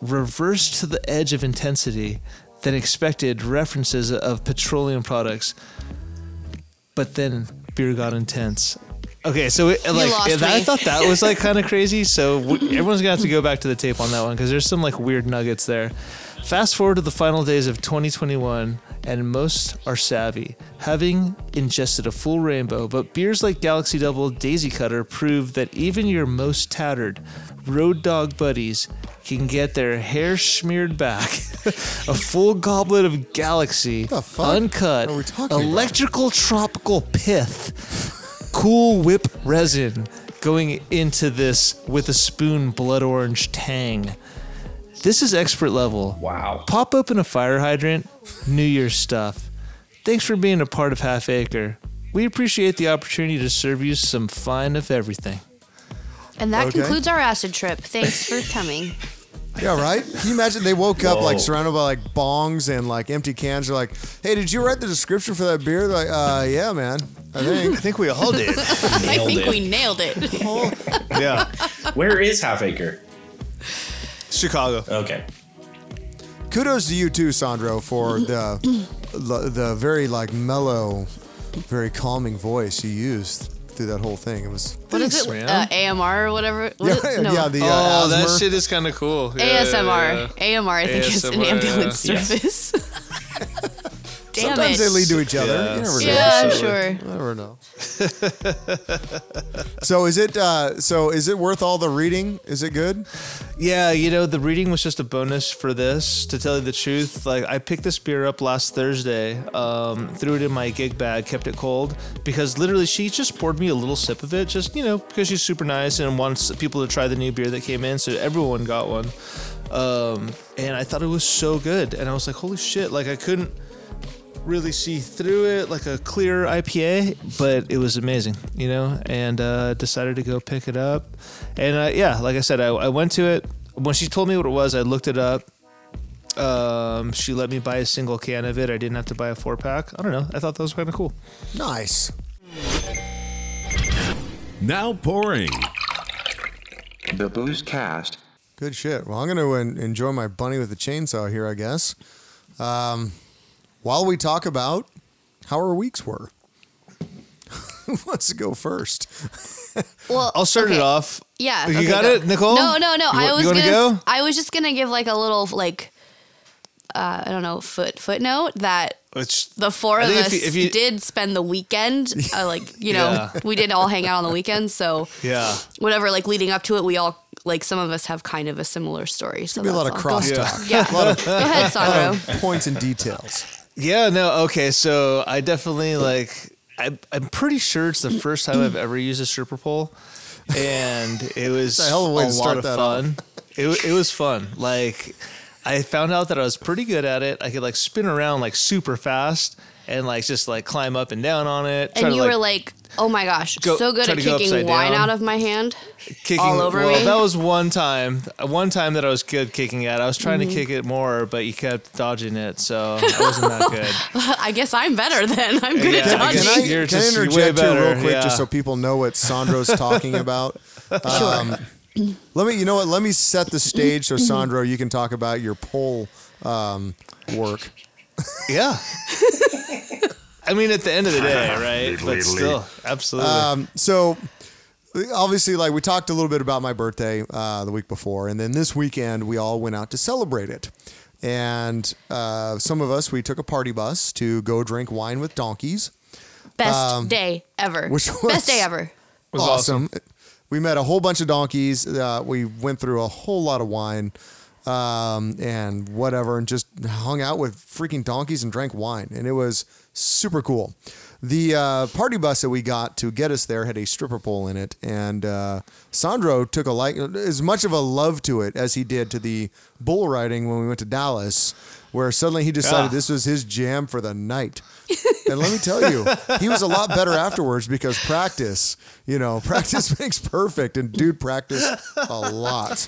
[SPEAKER 7] reversed to the edge of intensity, then expected references of petroleum products. But then beer got intense. Okay, so it, like
[SPEAKER 6] lost
[SPEAKER 7] that- I
[SPEAKER 6] me.
[SPEAKER 7] thought that was like kind of crazy. So w- everyone's gonna have to go back to the tape on that one because there's some like weird nuggets there. Fast forward to the final days of 2021, and most are savvy, having ingested a full rainbow. But beers like Galaxy Double Daisy Cutter prove that even your most tattered, road dog buddies can get their hair smeared back, a full goblet of galaxy,
[SPEAKER 5] The fuck
[SPEAKER 7] uncut,
[SPEAKER 5] are we talking about?
[SPEAKER 7] electrical tropical pith, cool whip resin going into this with a spoon blood orange tang. This is expert level.
[SPEAKER 8] Wow.
[SPEAKER 7] Pop open a fire hydrant, New Year's stuff. Thanks for being a part of Half Acre. We appreciate the opportunity to serve you some fine of everything.
[SPEAKER 8] Oh.
[SPEAKER 6] And that
[SPEAKER 5] Okay.
[SPEAKER 6] concludes our acid trip. Thanks for coming.
[SPEAKER 5] Yeah, right? Can you imagine they woke up like
[SPEAKER 8] Whoa.
[SPEAKER 5] surrounded by like bongs and like empty cans? They're like, hey, did you write the description for that beer? They're like, uh, yeah, man. I think.
[SPEAKER 7] I think we all did.
[SPEAKER 6] I
[SPEAKER 8] Nailed
[SPEAKER 6] think
[SPEAKER 8] it.
[SPEAKER 6] we nailed it.
[SPEAKER 7] yeah.
[SPEAKER 8] Where is Half Acre?
[SPEAKER 7] Chicago.
[SPEAKER 8] Okay.
[SPEAKER 5] Kudos to you too, Sandro, for the the, the very like mellow, very calming voice you used through that whole thing. It was
[SPEAKER 6] What is
[SPEAKER 7] Thanks,
[SPEAKER 6] it?
[SPEAKER 7] man.
[SPEAKER 6] Uh, AMR or whatever? What
[SPEAKER 5] yeah,
[SPEAKER 6] is- no.
[SPEAKER 5] yeah, the uh,
[SPEAKER 7] oh,
[SPEAKER 5] asthma.
[SPEAKER 7] that shit is kind of cool. Yeah, yeah, yeah.
[SPEAKER 6] ASMR. AMR, I think, is an
[SPEAKER 7] ASMR,
[SPEAKER 6] ambulance
[SPEAKER 8] yeah.
[SPEAKER 6] service. Damn
[SPEAKER 5] Sometimes
[SPEAKER 6] it.
[SPEAKER 5] they lead to each other.
[SPEAKER 7] Yeah.
[SPEAKER 5] You never know.
[SPEAKER 6] yeah, I'm sure.
[SPEAKER 5] I never know. so is it uh, so is it worth all the reading? Is it good?
[SPEAKER 7] Yeah, you know, the reading was just a bonus for this. To tell you the truth, like I picked this beer up last Thursday, um, threw it in my gig bag, kept it cold because literally she just poured me a little sip of it, just you know, because she's super nice and wants people to try the new beer that came in, so everyone got one. Um, and I thought it was so good, and I was like, holy shit! Like I couldn't really see through it, like a clear IPA, but it was amazing, you know. And uh, decided to go pick it up, and uh, yeah, like I said, I, I went to it when she told me what it was. I looked it up. Um, she let me buy a single can of it. I didn't have to buy a four pack. I don't know. I thought that was kind of cool.
[SPEAKER 5] Nice.
[SPEAKER 1] Now pouring.
[SPEAKER 2] The Booze Cast.
[SPEAKER 5] Good shit. Well, I'm going to en- enjoy my bunny with the chainsaw here, I guess. Um, while we talk about how our weeks were, who wants to go first?
[SPEAKER 6] Well,
[SPEAKER 7] I'll start
[SPEAKER 6] okay.
[SPEAKER 7] it off.
[SPEAKER 6] Yeah.
[SPEAKER 7] You
[SPEAKER 6] okay,
[SPEAKER 7] got
[SPEAKER 6] go.
[SPEAKER 7] it, Uh, Nicole?
[SPEAKER 6] No, no, no.
[SPEAKER 7] You wa-
[SPEAKER 6] I
[SPEAKER 7] you
[SPEAKER 6] was
[SPEAKER 7] wanna
[SPEAKER 6] gonna.
[SPEAKER 7] go?
[SPEAKER 6] I was just gonna give like a little like, uh, I don't know, foot footnote that
[SPEAKER 7] Which
[SPEAKER 6] the four
[SPEAKER 7] I
[SPEAKER 6] of
[SPEAKER 7] think if
[SPEAKER 6] us
[SPEAKER 7] you- if you-
[SPEAKER 6] did spend the weekend. Uh, like you know,
[SPEAKER 7] Yeah.
[SPEAKER 6] we did all hang out on the weekend. So
[SPEAKER 7] yeah,
[SPEAKER 6] whatever, like leading up to it, we all like some of us have kind of a similar story. So
[SPEAKER 5] There'll be a lot of
[SPEAKER 6] that's all. Go-
[SPEAKER 5] crosstalk,
[SPEAKER 6] Yeah.
[SPEAKER 5] a lot of
[SPEAKER 6] Go ahead,
[SPEAKER 7] Um,
[SPEAKER 6] Sandro.
[SPEAKER 5] points and details.
[SPEAKER 7] yeah. No, okay. So I definitely like. I, I'm pretty sure it's the
[SPEAKER 5] Mm.
[SPEAKER 7] first time I've ever used a stripper pole, and it was
[SPEAKER 5] a hell of a way to
[SPEAKER 7] lot
[SPEAKER 5] start
[SPEAKER 7] of
[SPEAKER 5] that off.
[SPEAKER 7] fun. It, wa- it was fun. Like I found out that I was pretty good at it. I could like spin around like super fast and like just like climb up and down on it. try
[SPEAKER 6] And
[SPEAKER 7] to,
[SPEAKER 6] you were like, oh my gosh,
[SPEAKER 7] go-
[SPEAKER 6] so good
[SPEAKER 7] try
[SPEAKER 6] at
[SPEAKER 7] to go
[SPEAKER 6] kicking
[SPEAKER 7] upside
[SPEAKER 6] wine
[SPEAKER 7] down.
[SPEAKER 6] out of my hand.
[SPEAKER 7] kicking
[SPEAKER 6] all over
[SPEAKER 7] well,
[SPEAKER 6] me.
[SPEAKER 7] That was one time. One time that I was good kicking at. I was trying
[SPEAKER 6] Mm-hmm.
[SPEAKER 7] to kick it more, but you kept dodging it, so I wasn't that good.
[SPEAKER 6] I guess I'm better then. I'm good
[SPEAKER 7] Yeah,
[SPEAKER 6] at
[SPEAKER 7] I
[SPEAKER 5] Can
[SPEAKER 7] guess
[SPEAKER 6] dodging.
[SPEAKER 5] I,
[SPEAKER 7] you're
[SPEAKER 5] can I
[SPEAKER 7] just way
[SPEAKER 5] interject here real
[SPEAKER 7] better,
[SPEAKER 5] quick
[SPEAKER 7] yeah.
[SPEAKER 5] just so people know what Sandro's talking about? Um, Let me, you know what? Let me set the stage so Sandro, you can talk about your poll um, work.
[SPEAKER 7] yeah. I mean, at the end of the day, right? but still, absolutely.
[SPEAKER 5] Um, so obviously like we talked a little bit about my birthday uh, the week before and then this weekend we all went out to celebrate it and uh, some of us we took a party bus to go drink wine with donkeys
[SPEAKER 6] Best day ever.
[SPEAKER 5] Um, which was-
[SPEAKER 6] Best day ever.
[SPEAKER 7] was awesome.
[SPEAKER 5] we met a whole bunch of donkeys uh, we went through a whole lot of wine um, and whatever and just hung out with freaking donkeys and drank wine and it was super cool the uh, party bus that we got to get us there had a stripper pole in it and uh, sandro took a like as much of a love to it as he did to the bull riding when we went to dallas where suddenly he decided
[SPEAKER 7] Yeah.
[SPEAKER 5] this was his jam for the night and let me tell you he was a lot better afterwards because practice you know practice makes perfect and dude practiced a lot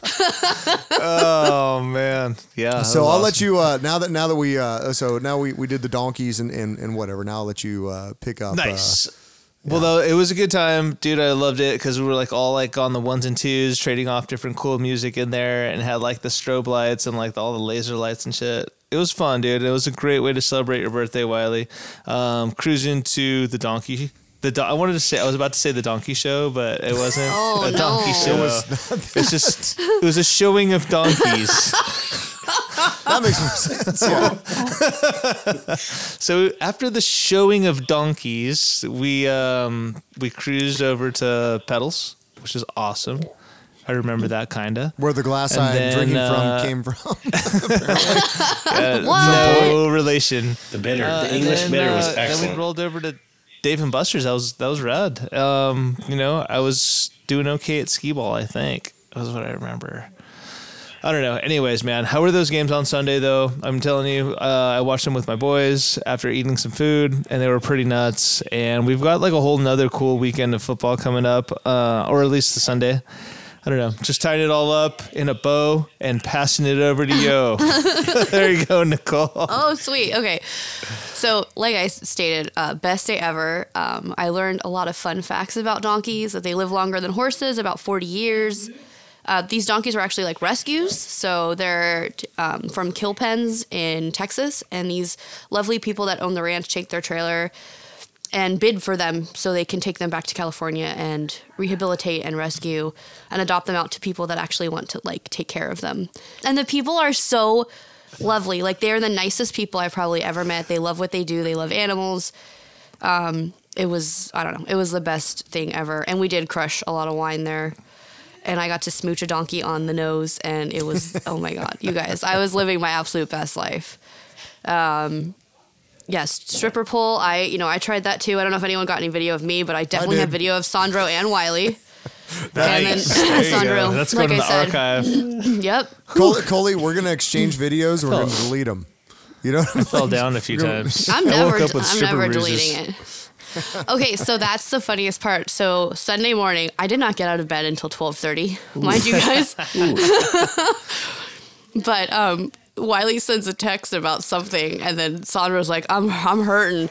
[SPEAKER 7] Oh man, yeah. that
[SPEAKER 5] so I'll
[SPEAKER 7] was awesome.
[SPEAKER 5] let you uh, now that now that we uh, so now we, we did the donkeys and, and, and whatever. Now I'll let you uh, pick up.
[SPEAKER 7] Nice. well, though it was a good time, dude. I loved it because we were like all like on the ones and twos, trading off different cool music in there, and had like the strobe lights and like all the laser lights and shit. It was fun, dude. It was a great way to celebrate your birthday, Wiley. Um, cruising to the donkey. The don I wanted to say I was about to say the donkey show, but it wasn't
[SPEAKER 6] Oh,
[SPEAKER 7] a
[SPEAKER 6] no.
[SPEAKER 7] donkey
[SPEAKER 6] It
[SPEAKER 7] show. it's just it was a showing of donkeys.
[SPEAKER 5] Uh, that makes more sense. Yeah.
[SPEAKER 7] So after the showing of donkeys, we um, we cruised over to Pedals, which is awesome. I remember that kinda.
[SPEAKER 5] Where the glass
[SPEAKER 7] And
[SPEAKER 5] I'm
[SPEAKER 7] then,
[SPEAKER 5] drinking
[SPEAKER 7] uh,
[SPEAKER 5] from came from.
[SPEAKER 7] No relation.
[SPEAKER 8] The bitter,
[SPEAKER 7] Uh,
[SPEAKER 8] the
[SPEAKER 7] and
[SPEAKER 8] English
[SPEAKER 7] then,
[SPEAKER 8] bitter was
[SPEAKER 7] uh, Then we
[SPEAKER 8] excellent.
[SPEAKER 7] rolled over to Dave and Buster's. That was that was rad. Um, you know, I was doing okay at skee ball. I think was what I remember. I don't know. Anyways, man, how were those games on Sunday though? I'm telling you, uh, I watched them with my boys after eating some food, and they were pretty nuts. And we've got like a whole nother cool weekend of football coming up, uh, or at least the Sunday. I don't know. Just tying it all up in a bow and passing it over to yo. there you go, Nicole.
[SPEAKER 6] Oh, sweet. Okay. So, like I s- stated, uh, best day ever. Um, I learned a lot of fun facts about donkeys that they live longer than horses, about 40 years. Uh, these donkeys were actually like rescues. So, they're t- um, from kill pens in Texas. And these lovely people that own the ranch take their trailer and bid for them so they can take them back to California and rehabilitate and rescue and adopt them out to people that actually want to like take care of them. And the people are so lovely. Like they're the nicest people I've probably ever met. They love what they do. They love animals. Um, it was I don't know. It was the best thing ever. And we did crush a lot of wine there. And I got to smooch a donkey on the nose, and it was oh my god, you guys! I was living my absolute best life. Um, yes, stripper pole. I you know I tried that too. I don't know if anyone got any video of me, but I definitely
[SPEAKER 5] did.
[SPEAKER 6] have video of Sandro and Wiley. And
[SPEAKER 7] There
[SPEAKER 6] then
[SPEAKER 7] you
[SPEAKER 6] Sandro,
[SPEAKER 7] go. That's
[SPEAKER 6] like
[SPEAKER 7] going
[SPEAKER 6] I
[SPEAKER 7] to the
[SPEAKER 6] said,
[SPEAKER 7] archive.
[SPEAKER 6] yep,
[SPEAKER 5] Coley, Coley, we're gonna exchange videos. We're
[SPEAKER 7] Oh.
[SPEAKER 5] gonna delete them. You know, what I'm
[SPEAKER 7] fell down a few times.
[SPEAKER 6] I'm
[SPEAKER 7] I
[SPEAKER 6] never,
[SPEAKER 7] woke up with
[SPEAKER 6] I'm
[SPEAKER 7] stripper
[SPEAKER 6] never
[SPEAKER 7] bruises.
[SPEAKER 6] deleting it. Okay, so that's the funniest part. So Sunday morning, I did not get out of bed until 12:30, mind you guys. but um, Wiley sends a text about something, and then Sandra's like, "I'm I'm hurting."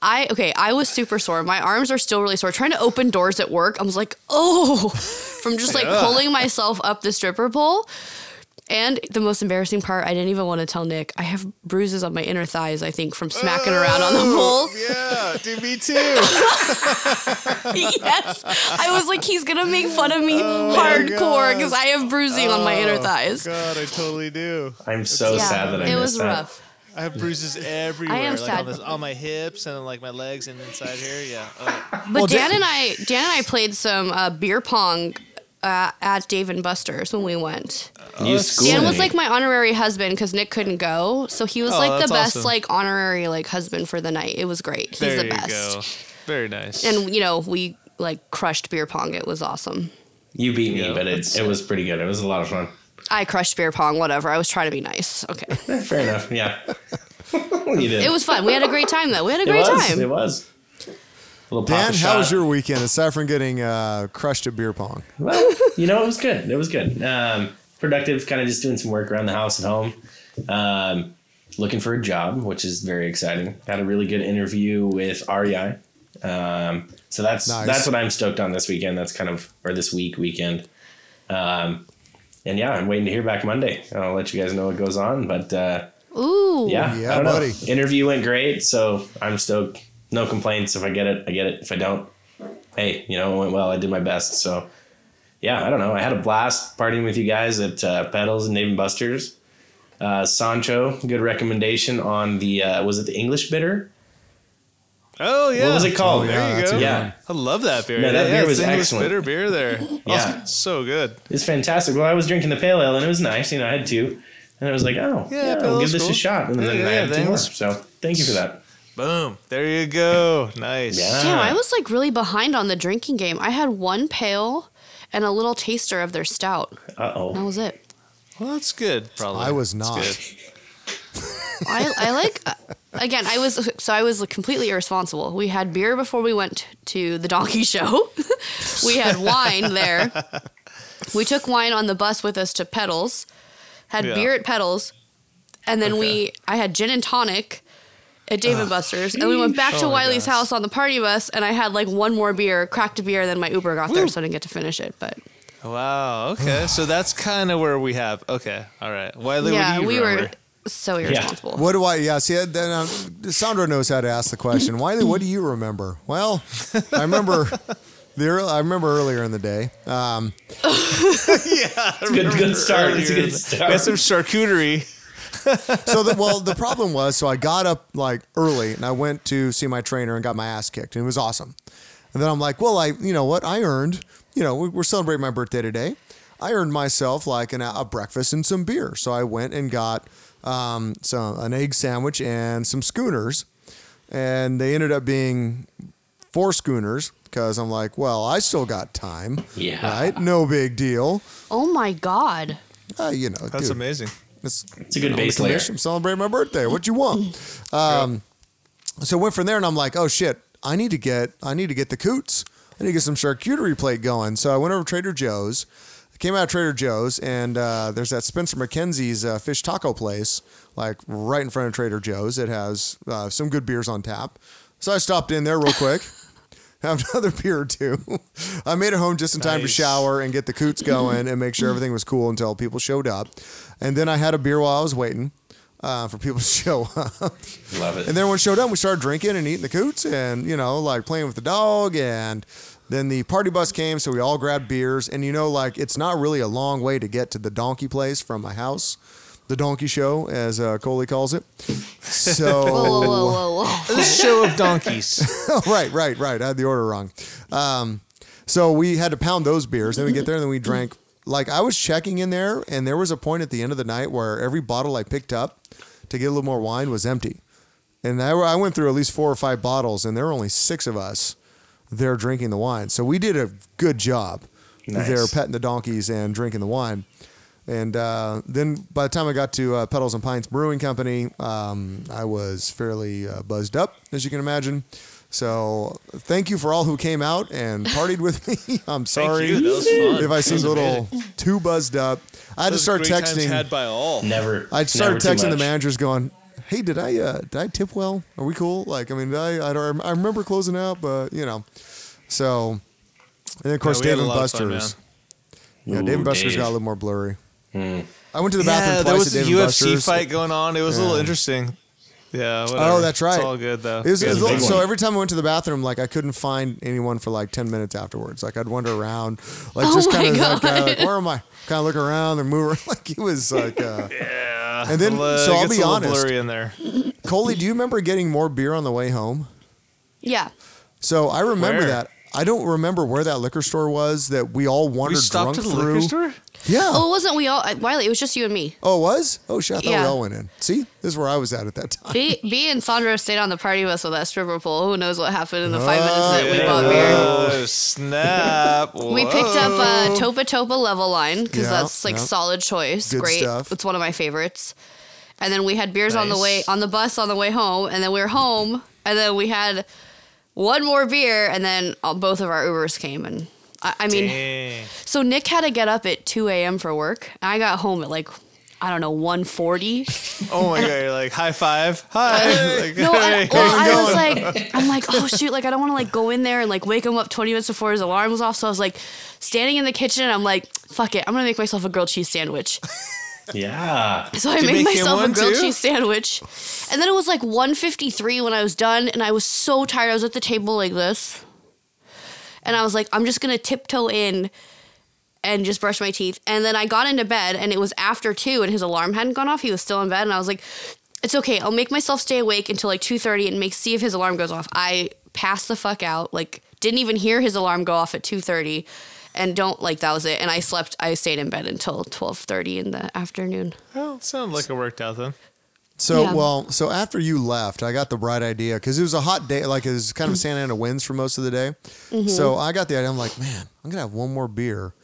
[SPEAKER 6] I okay, I was super sore. My arms are still really sore. Trying to open doors at work, I was like, "Oh," from just like pulling myself up the stripper pole. And the most embarrassing part, I didn't even want to tell Nick. I have bruises on my inner thighs, I think, from smacking around on the
[SPEAKER 8] Oh.
[SPEAKER 6] pole.
[SPEAKER 7] Yeah, dude, me too.
[SPEAKER 6] yes. I was like, he's going to make fun of me
[SPEAKER 8] Oh
[SPEAKER 6] hardcore because I have bruising on my inner thighs.
[SPEAKER 7] Oh, God, I totally do.
[SPEAKER 8] I'm so sad Oh, that I
[SPEAKER 6] it
[SPEAKER 8] missed
[SPEAKER 6] was
[SPEAKER 8] that.
[SPEAKER 6] rough.
[SPEAKER 7] I have bruises
[SPEAKER 6] I
[SPEAKER 7] everywhere.
[SPEAKER 6] am
[SPEAKER 7] like
[SPEAKER 6] sad.
[SPEAKER 7] On, this, on my hips and like my legs and inside here. Yeah. Oh,
[SPEAKER 6] But Dan and I, Dan and I played some uh, beer pong uh, at Dave and Buster's when we went.
[SPEAKER 8] You schooled
[SPEAKER 6] Dan was
[SPEAKER 8] me.
[SPEAKER 6] like my honorary husband because Nick couldn't go, so he was
[SPEAKER 7] Oh,
[SPEAKER 6] like
[SPEAKER 7] that's
[SPEAKER 6] the best
[SPEAKER 7] awesome.
[SPEAKER 6] like honorary like husband for the night. It was great. He's
[SPEAKER 7] there
[SPEAKER 6] the
[SPEAKER 7] you
[SPEAKER 6] best.
[SPEAKER 7] go. Very nice.
[SPEAKER 6] And you know we like crushed beer pong. It was awesome.
[SPEAKER 8] You beat me,
[SPEAKER 7] Yeah,
[SPEAKER 8] but it, it was pretty good. It was a lot of fun.
[SPEAKER 6] I crushed beer pong. Whatever. I was trying to be nice. Okay.
[SPEAKER 8] Fair enough. Yeah. you did.
[SPEAKER 6] It was fun. We had a great time though. We had a
[SPEAKER 8] It
[SPEAKER 6] great
[SPEAKER 8] was.
[SPEAKER 6] time.
[SPEAKER 8] It was. A little
[SPEAKER 5] Dan,
[SPEAKER 8] pop
[SPEAKER 5] how was your weekend? Aside from getting uh, crushed at beer pong,
[SPEAKER 8] Well, you know, it was good. It was good. Um, productive, kind of just doing some work around the house at home. Um, looking for a job, which is very exciting. Had a really good interview with REI. Um, so that's
[SPEAKER 5] Nice.
[SPEAKER 8] that's what I'm stoked on this weekend. That's kind of or this week weekend. Um, and yeah, I'm waiting to hear back Monday. I'll let you guys know what goes on. But uh,
[SPEAKER 6] Ooh.
[SPEAKER 8] yeah,
[SPEAKER 5] Yeah,
[SPEAKER 8] I don't know.
[SPEAKER 5] buddy.
[SPEAKER 8] Interview went great, so I'm stoked. No complaints. If I get it, I get it. If I don't, hey, you know, it went well. I did my best. So, yeah, I don't know. I had a blast partying with you guys at uh, Pedals and Dave and Buster's. Uh, Sancho, good recommendation on the uh, was it the English bitter?
[SPEAKER 7] oh yeah.
[SPEAKER 8] What was it called?
[SPEAKER 5] yeah,
[SPEAKER 7] There you
[SPEAKER 5] that's
[SPEAKER 7] go.
[SPEAKER 5] a-
[SPEAKER 8] Yeah,
[SPEAKER 7] I love that beer.
[SPEAKER 8] No, that
[SPEAKER 7] Yeah,
[SPEAKER 8] beer
[SPEAKER 7] it's
[SPEAKER 8] was
[SPEAKER 7] English
[SPEAKER 8] excellent.
[SPEAKER 7] Bitter beer there.
[SPEAKER 8] Yeah.
[SPEAKER 7] Oh, so good.
[SPEAKER 8] it's fantastic. Well, I was drinking the pale ale and it was nice. You know, I had two, and I was like, oh,
[SPEAKER 7] Yeah,
[SPEAKER 8] yeah,
[SPEAKER 7] pale
[SPEAKER 8] I'll give
[SPEAKER 7] ale's
[SPEAKER 8] this
[SPEAKER 7] cool.
[SPEAKER 8] a shot. And
[SPEAKER 7] Yeah,
[SPEAKER 8] then
[SPEAKER 7] yeah,
[SPEAKER 8] I had
[SPEAKER 7] yeah,
[SPEAKER 8] two more.
[SPEAKER 7] thanks.
[SPEAKER 8] So, thank you for that.
[SPEAKER 7] Boom. There you go. Nice.
[SPEAKER 8] Yeah.
[SPEAKER 6] Damn, I was like really behind on the drinking game. I had one pail and a little taster of their stout.
[SPEAKER 8] Uh
[SPEAKER 6] That
[SPEAKER 8] oh,
[SPEAKER 6] was it.
[SPEAKER 7] Well, that's good. Probably.
[SPEAKER 5] I was
[SPEAKER 7] That's
[SPEAKER 5] not.
[SPEAKER 7] good.
[SPEAKER 6] I, I like uh, again. I was so I was completely irresponsible. We had beer before we went to the donkey show. we had wine there. We took wine on the bus with us to Pedals. Had
[SPEAKER 7] Yeah.
[SPEAKER 6] beer at Pedals, and then we I had gin and tonic at Dave and Buster's, and we went back to
[SPEAKER 7] Oh my
[SPEAKER 6] Wiley's
[SPEAKER 7] gosh.
[SPEAKER 6] house on the party bus, and I had like one more beer, cracked a beer, and then my Uber got there, so I didn't get to finish it. But
[SPEAKER 7] Wow. Okay. so that's kind of where we have. Okay. All right. Wiley, what
[SPEAKER 6] yeah,
[SPEAKER 7] do you
[SPEAKER 6] we
[SPEAKER 7] remember?
[SPEAKER 6] were so irresponsible.
[SPEAKER 5] what do I? Yeah, see, then uh, Sandra knows how to ask the question. Wiley, what do you remember? Well, I remember the ear- I remember earlier in the day. Um,
[SPEAKER 8] it's a good, good start. It's a good
[SPEAKER 7] We had
[SPEAKER 8] start.
[SPEAKER 7] some charcuterie.
[SPEAKER 5] so the, well, the problem was, so I got up like early and I went to see my trainer and got my ass kicked, and it was awesome. And then I'm like, well, I, you know what, I earned. You know, we- we're celebrating my birthday today. I earned myself like an, a breakfast and some beer. So I went and got um, some an egg sandwich and some schooners, and they ended up being four schooners because I'm like, well, I still got time,
[SPEAKER 8] Yeah.
[SPEAKER 5] right? No big deal.
[SPEAKER 6] Oh my god.
[SPEAKER 5] Uh, you know,
[SPEAKER 7] That's
[SPEAKER 5] dude,
[SPEAKER 7] amazing.
[SPEAKER 5] It's,
[SPEAKER 8] It's a good
[SPEAKER 5] I'm
[SPEAKER 8] base
[SPEAKER 5] the
[SPEAKER 8] layer.
[SPEAKER 5] commission, I'm celebrating my birthday. What you want? Um, so went from there, and I'm like, oh shit, I need to get, I need to get the coots. I need to get some charcuterie plate going. So I went over to Trader Joe's. I came out of Trader Joe's, and uh, there's that Spencer McKenzie's uh, fish taco place, like right in front of Trader Joe's. It has uh, some good beers on tap. So I stopped in there real quick. Have another beer or two. I made it home just in time to
[SPEAKER 7] Nice.
[SPEAKER 5] shower and get the coots going and make sure everything was cool until people showed up. And then I had a beer while I was waiting uh, for people to show up.
[SPEAKER 8] Love it.
[SPEAKER 5] And then when it showed up, we started drinking and eating the coots and, you know, like playing with the dog. And then the party bus came, so we all grabbed beers. And, you know, like it's not really a long way to get to the donkey place from my house, the donkey show, as uh, Coley calls it. So,
[SPEAKER 6] Whoa, whoa, whoa, whoa, whoa.
[SPEAKER 7] The show of donkeys.
[SPEAKER 5] Oh, right, right, right. I had the order wrong. Um, so we had to pound those beers. Then we get there and then we drank. Like I was checking in there, and there was a point at the end of the night where every bottle I picked up to get a little more wine was empty. And I, I went through at least four or five bottles, and there were only six of us there drinking the wine. So we did a good job there petting the donkeys and drinking the wine. And uh, then by the time I got to uh, Petals and Pints Brewing Company, um, I was fairly uh, buzzed up, as you can imagine. So thank you for all who came out and partied with me. I'm sorry
[SPEAKER 7] you. That was fun.
[SPEAKER 5] if I
[SPEAKER 7] That
[SPEAKER 5] seemed
[SPEAKER 7] was
[SPEAKER 5] a little
[SPEAKER 7] amazing.
[SPEAKER 5] too buzzed up. I had to
[SPEAKER 7] Those
[SPEAKER 5] start
[SPEAKER 7] great times
[SPEAKER 5] texting.
[SPEAKER 7] had by all.
[SPEAKER 8] Never.
[SPEAKER 5] I started
[SPEAKER 8] never too
[SPEAKER 5] texting the
[SPEAKER 8] much.
[SPEAKER 5] managers going, "Hey, did I uh, did I tip well? Are we cool? Like, I mean, I I, don't, I remember closing out, but you know, so and then of course,
[SPEAKER 7] Yeah, we had
[SPEAKER 5] Dave
[SPEAKER 7] a
[SPEAKER 5] and
[SPEAKER 7] lot of fun,
[SPEAKER 5] Buster's.
[SPEAKER 7] man.
[SPEAKER 5] yeah, Dave and
[SPEAKER 8] Ooh,
[SPEAKER 5] Buster's
[SPEAKER 8] Dave.
[SPEAKER 5] got a little more blurry.
[SPEAKER 7] Hmm.
[SPEAKER 5] I went to the bathroom
[SPEAKER 7] Yeah,
[SPEAKER 5] twice
[SPEAKER 7] there was
[SPEAKER 5] at
[SPEAKER 7] a
[SPEAKER 5] Dave and
[SPEAKER 7] UFC
[SPEAKER 5] Buster's.
[SPEAKER 7] fight going on. It was a little
[SPEAKER 5] Yeah.
[SPEAKER 7] interesting. Yeah. Whatever.
[SPEAKER 5] Oh, that's right.
[SPEAKER 7] It's all good though.
[SPEAKER 5] It was, it
[SPEAKER 7] Yeah,
[SPEAKER 5] was
[SPEAKER 8] a
[SPEAKER 5] little-
[SPEAKER 8] big
[SPEAKER 5] so
[SPEAKER 8] one.
[SPEAKER 5] every time I went to the bathroom, like I couldn't find anyone for like ten minutes afterwards. Like I'd wander around, like
[SPEAKER 6] Oh
[SPEAKER 5] just
[SPEAKER 6] my
[SPEAKER 5] kind of like, uh,
[SPEAKER 6] God.
[SPEAKER 5] like where am I? Kind of look around and move around. Like it was like, uh,
[SPEAKER 7] yeah.
[SPEAKER 5] and then-
[SPEAKER 7] Well, uh,
[SPEAKER 5] so
[SPEAKER 7] it
[SPEAKER 5] I'll
[SPEAKER 7] gets
[SPEAKER 5] be
[SPEAKER 7] a little
[SPEAKER 5] honest.
[SPEAKER 7] Blurry in there.
[SPEAKER 5] Coley, do you remember getting more beer on the way home?
[SPEAKER 6] Yeah.
[SPEAKER 5] So I remember
[SPEAKER 7] Where?
[SPEAKER 5] that. I don't remember where that liquor store was that we all
[SPEAKER 7] We
[SPEAKER 5] wandered drunk
[SPEAKER 7] stopped at the
[SPEAKER 5] through.
[SPEAKER 7] liquor store.
[SPEAKER 5] Yeah.
[SPEAKER 6] Well, it wasn't we all, uh, Wiley, it was just you and me.
[SPEAKER 5] Oh, it was? Oh shit! I thought
[SPEAKER 6] Oh. Yeah.
[SPEAKER 5] we all went in. See, this is where I was at at that time.
[SPEAKER 6] B, B and Sandra stayed on the party bus with that stripper pole. Who knows what happened in the five minutes that we bought beer.
[SPEAKER 7] Oh snap!
[SPEAKER 6] We picked up a Topa Topa level line because
[SPEAKER 5] Yeah,
[SPEAKER 6] that's like
[SPEAKER 5] yeah.
[SPEAKER 6] solid choice.
[SPEAKER 5] Good
[SPEAKER 6] Great.
[SPEAKER 5] stuff.
[SPEAKER 6] It's one of my favorites. And then we had beers on the
[SPEAKER 7] Nice.
[SPEAKER 6] way on the bus on the way home, and then we were home, and then we had one more beer, and then all, both of our Ubers came, and I, I mean,
[SPEAKER 7] Dang.
[SPEAKER 6] so Nick had to get up at two a.m. for work. And I got home at like I don't know one forty.
[SPEAKER 7] Oh my god! You're like high five. Hi. Like,
[SPEAKER 6] No, I,
[SPEAKER 7] hey.
[SPEAKER 6] well, I was like, I'm like, oh shoot, like I don't want to like go in there and like wake him up 20 minutes before his alarm was off. So I was like, standing in the kitchen, and I'm like, fuck it, I'm gonna make myself a grilled cheese sandwich.
[SPEAKER 8] Yeah.
[SPEAKER 6] So I
[SPEAKER 7] you
[SPEAKER 6] made
[SPEAKER 7] make him
[SPEAKER 6] myself a
[SPEAKER 7] one,
[SPEAKER 6] grilled
[SPEAKER 7] too?
[SPEAKER 6] cheese sandwich, and then it was like 1:53 when I was done, and I was so tired. I was at the table like this, and I was like, I'm just gonna tiptoe in. And just brush my teeth. And then I got into bed, and it was after two, and his alarm hadn't gone off. He was still in bed, and I was like, it's okay. I'll make myself stay awake until like 2:30 and make see if his alarm goes off. I passed the fuck out. Like didn't even hear his alarm go off at 2:30 and don't like that was it. And I slept I stayed in bed until 12:30 in the afternoon.
[SPEAKER 7] Well, sounded like it worked out then.
[SPEAKER 5] So
[SPEAKER 6] Yeah.
[SPEAKER 5] well, so after you left, I got the bright idea because it was a hot day. Like it was kind of Santa Ana winds for most of the day. So I got the idea. I'm like, man, I'm gonna have one more beer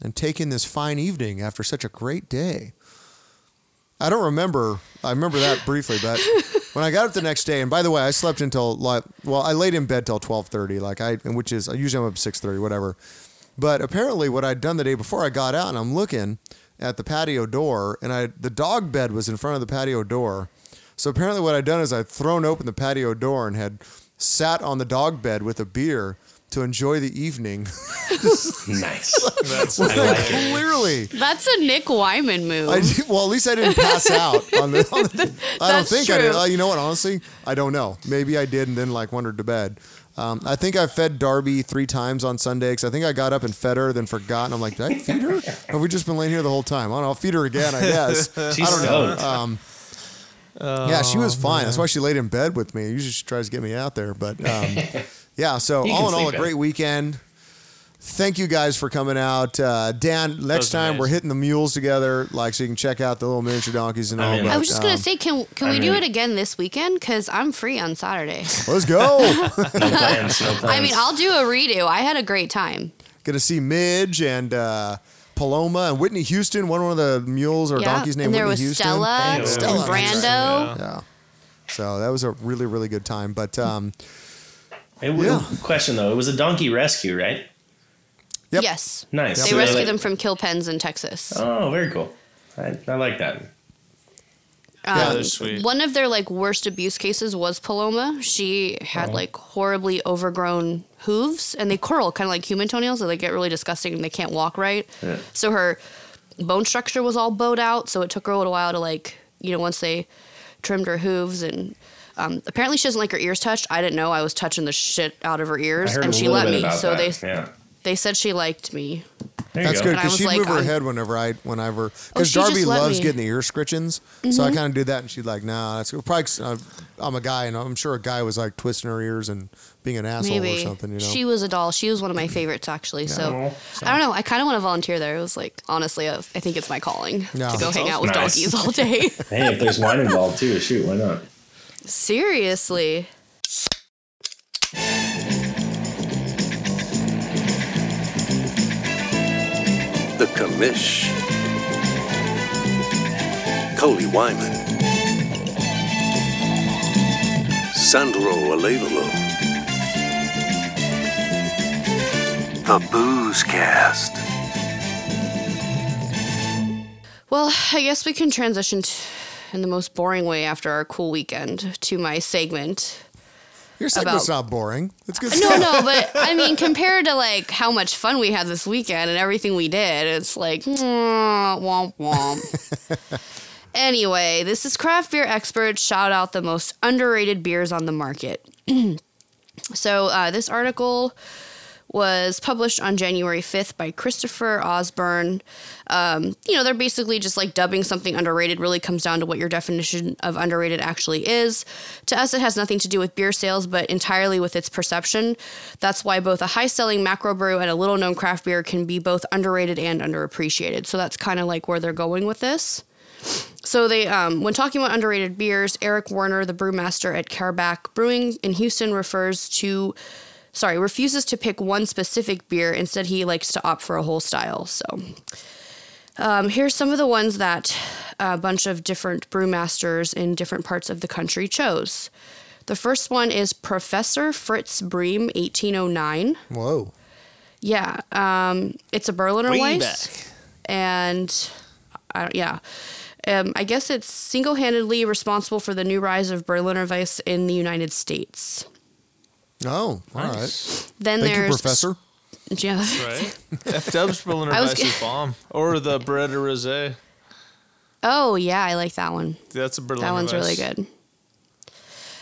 [SPEAKER 5] and take in this fine evening after such a great day. I don't remember. I remember that briefly, but when I got up the next day, and by the way, I slept until like, well, I laid in bed till twelve thirty, like I, which is usually I'm up six thirty, whatever. But apparently, what I'd done the day before, I got out and I'm looking at the patio door, and I the dog bed was in front of the patio door. So apparently, what I'd done is I'd thrown open the patio door and had sat on the dog bed with a beer to enjoy the evening.
[SPEAKER 8] Nice.
[SPEAKER 7] That's
[SPEAKER 8] I like it.
[SPEAKER 5] Clearly,
[SPEAKER 6] That's a Nick Wyman move.
[SPEAKER 5] I did- well, at least I didn't pass out on the. On the I don't
[SPEAKER 6] That's
[SPEAKER 5] think I did.
[SPEAKER 6] true.
[SPEAKER 5] Uh, you know what? Honestly, I don't know. Maybe I did, and then like wandered to bed. Um, I think I fed Darby three times on Sunday because I think I got up and fed her, then forgot, and I'm like, did I feed her? Have we just been laying here the whole time? I don't know. I'll feed her again, I guess.
[SPEAKER 8] She's stoked.
[SPEAKER 5] Um, yeah, she was fine. That's why she laid in bed with me. Usually she tries to get me out there, but um, yeah. So
[SPEAKER 8] You can
[SPEAKER 5] all in all, a
[SPEAKER 8] sleep in.
[SPEAKER 5] great weekend. Thank you guys for coming out, uh, Dan. Next
[SPEAKER 7] was
[SPEAKER 5] time we're
[SPEAKER 7] amazing.
[SPEAKER 5] hitting the mules together, like so you can check out the little miniature donkeys and all.
[SPEAKER 8] mean-
[SPEAKER 5] but,
[SPEAKER 6] I was just
[SPEAKER 5] um,
[SPEAKER 6] gonna say, can can
[SPEAKER 8] I
[SPEAKER 6] we do
[SPEAKER 8] mean-
[SPEAKER 6] it again this weekend? Because I'm free on Saturday.
[SPEAKER 5] let's go.
[SPEAKER 8] No plans. No plans.
[SPEAKER 6] I mean, I'll do a redo. I had a great time.
[SPEAKER 5] Gonna see Midge and uh, Paloma and Whitney Houston. One one of the mules or
[SPEAKER 6] Yeah.
[SPEAKER 5] donkeys named
[SPEAKER 6] and there
[SPEAKER 5] Whitney
[SPEAKER 6] was
[SPEAKER 5] Houston.
[SPEAKER 6] Stella,
[SPEAKER 8] Hey,
[SPEAKER 5] Stella.
[SPEAKER 6] and Brando.
[SPEAKER 5] Yeah. So that was a really really good time. But um,
[SPEAKER 8] Hey, w-
[SPEAKER 5] Yeah.
[SPEAKER 8] Question though, it was a donkey rescue, right?
[SPEAKER 5] Yep.
[SPEAKER 6] Yes,
[SPEAKER 8] Nice.
[SPEAKER 6] they
[SPEAKER 8] So
[SPEAKER 6] rescued
[SPEAKER 8] like-
[SPEAKER 6] them from kill pens in Texas.
[SPEAKER 8] Oh, very cool. I, I like that.
[SPEAKER 6] Um,
[SPEAKER 7] Yeah, they're sweet.
[SPEAKER 6] One of their like worst abuse cases was Paloma. She
[SPEAKER 8] Uh-huh.
[SPEAKER 6] had like horribly overgrown hooves and they curl kind of like human toenails. So they get really disgusting and they can't walk right. So her bone structure was all bowed out. So it took her a little while to like, you know, once they trimmed her hooves and um, apparently she doesn't like her ears touched. I didn't know. I was touching the shit out of her
[SPEAKER 8] I
[SPEAKER 6] ears
[SPEAKER 8] heard
[SPEAKER 6] and
[SPEAKER 8] a
[SPEAKER 6] she
[SPEAKER 8] little
[SPEAKER 6] let
[SPEAKER 8] bit
[SPEAKER 6] me.
[SPEAKER 8] about
[SPEAKER 6] So
[SPEAKER 8] that.
[SPEAKER 6] they
[SPEAKER 8] yeah.
[SPEAKER 6] they said she liked me.
[SPEAKER 8] There
[SPEAKER 5] That's
[SPEAKER 8] you
[SPEAKER 5] good
[SPEAKER 8] go.
[SPEAKER 6] I
[SPEAKER 5] because
[SPEAKER 6] was
[SPEAKER 5] she'd
[SPEAKER 6] like,
[SPEAKER 5] move her
[SPEAKER 6] um,
[SPEAKER 5] head whenever I whenever
[SPEAKER 6] Oh,
[SPEAKER 5] because
[SPEAKER 6] she just
[SPEAKER 5] Darby
[SPEAKER 6] let
[SPEAKER 5] loves
[SPEAKER 6] me. Mm-hmm.
[SPEAKER 5] getting the ear scritchings. So I kind of did that, and she'd like, "Nah, that's good." probably 'cause I'm- I'm a guy, and I'm sure a guy was like twisting her ears and being an asshole
[SPEAKER 6] Maybe
[SPEAKER 5] or something. You know,
[SPEAKER 6] she was a doll. She was one of my favorites actually. So, I don't know. I kind of want to volunteer there. It was like honestly, I I think it's my calling
[SPEAKER 5] Yeah.
[SPEAKER 6] to go hang out with
[SPEAKER 8] Nice.
[SPEAKER 6] donkeys all day.
[SPEAKER 8] Hey, if there's wine involved too, shoot, why not?
[SPEAKER 6] Seriously.
[SPEAKER 10] The Commish. Coley Wyman. Sandro Alevalo. The Booze Cast.
[SPEAKER 6] Well, I guess we can transition t- in the most boring way after our cool weekend to my segment.
[SPEAKER 5] your segment's
[SPEAKER 6] about-
[SPEAKER 5] not boring. It's good.
[SPEAKER 6] No,
[SPEAKER 5] stuff.
[SPEAKER 6] no, but I mean, compared to like how much fun we had this weekend and everything we did, it's like "Mwah, womp womp. anyway, this is craft beer experts shout out the most underrated beers on the market. so uh, this article was published on January 5th by Christopher Osborne. Um, you know, they're basically just like dubbing something underrated really comes down to what your definition of underrated actually is. To us, it has nothing to do with beer sales, but entirely with its perception. That's why both a high selling macro brew and a little known craft beer can be both underrated and underappreciated. So that's kind of like where they're going with this. So they, um, when talking about underrated beers, Eric Warner, the brewmaster at Carback Brewing in Houston, refers to, sorry, refuses to pick one specific beer. Instead, he likes to opt for a whole style. So um, here's some of the ones that a bunch of different brewmasters in different parts of the country chose. The first one is Professor Fritz Bream, 1809.
[SPEAKER 5] Whoa,
[SPEAKER 6] Yeah, um, it's a Berliner
[SPEAKER 7] Way
[SPEAKER 6] Weiss
[SPEAKER 7] back.
[SPEAKER 6] and I don't, yeah. Um, I guess it's single handedly responsible for the new rise of Berliner Weiss in the United States.
[SPEAKER 5] oh, all right.
[SPEAKER 6] Then
[SPEAKER 5] Thank you,
[SPEAKER 6] there's
[SPEAKER 5] Professor.
[SPEAKER 6] Yeah,
[SPEAKER 7] Right? F Dub's Berliner
[SPEAKER 6] I was
[SPEAKER 7] Weiss
[SPEAKER 6] g-
[SPEAKER 7] is bomb. Or the Bread or Rosé.
[SPEAKER 6] oh yeah, I like that one.
[SPEAKER 7] That's a Berliner
[SPEAKER 6] that one's really
[SPEAKER 7] Weiss.
[SPEAKER 6] good.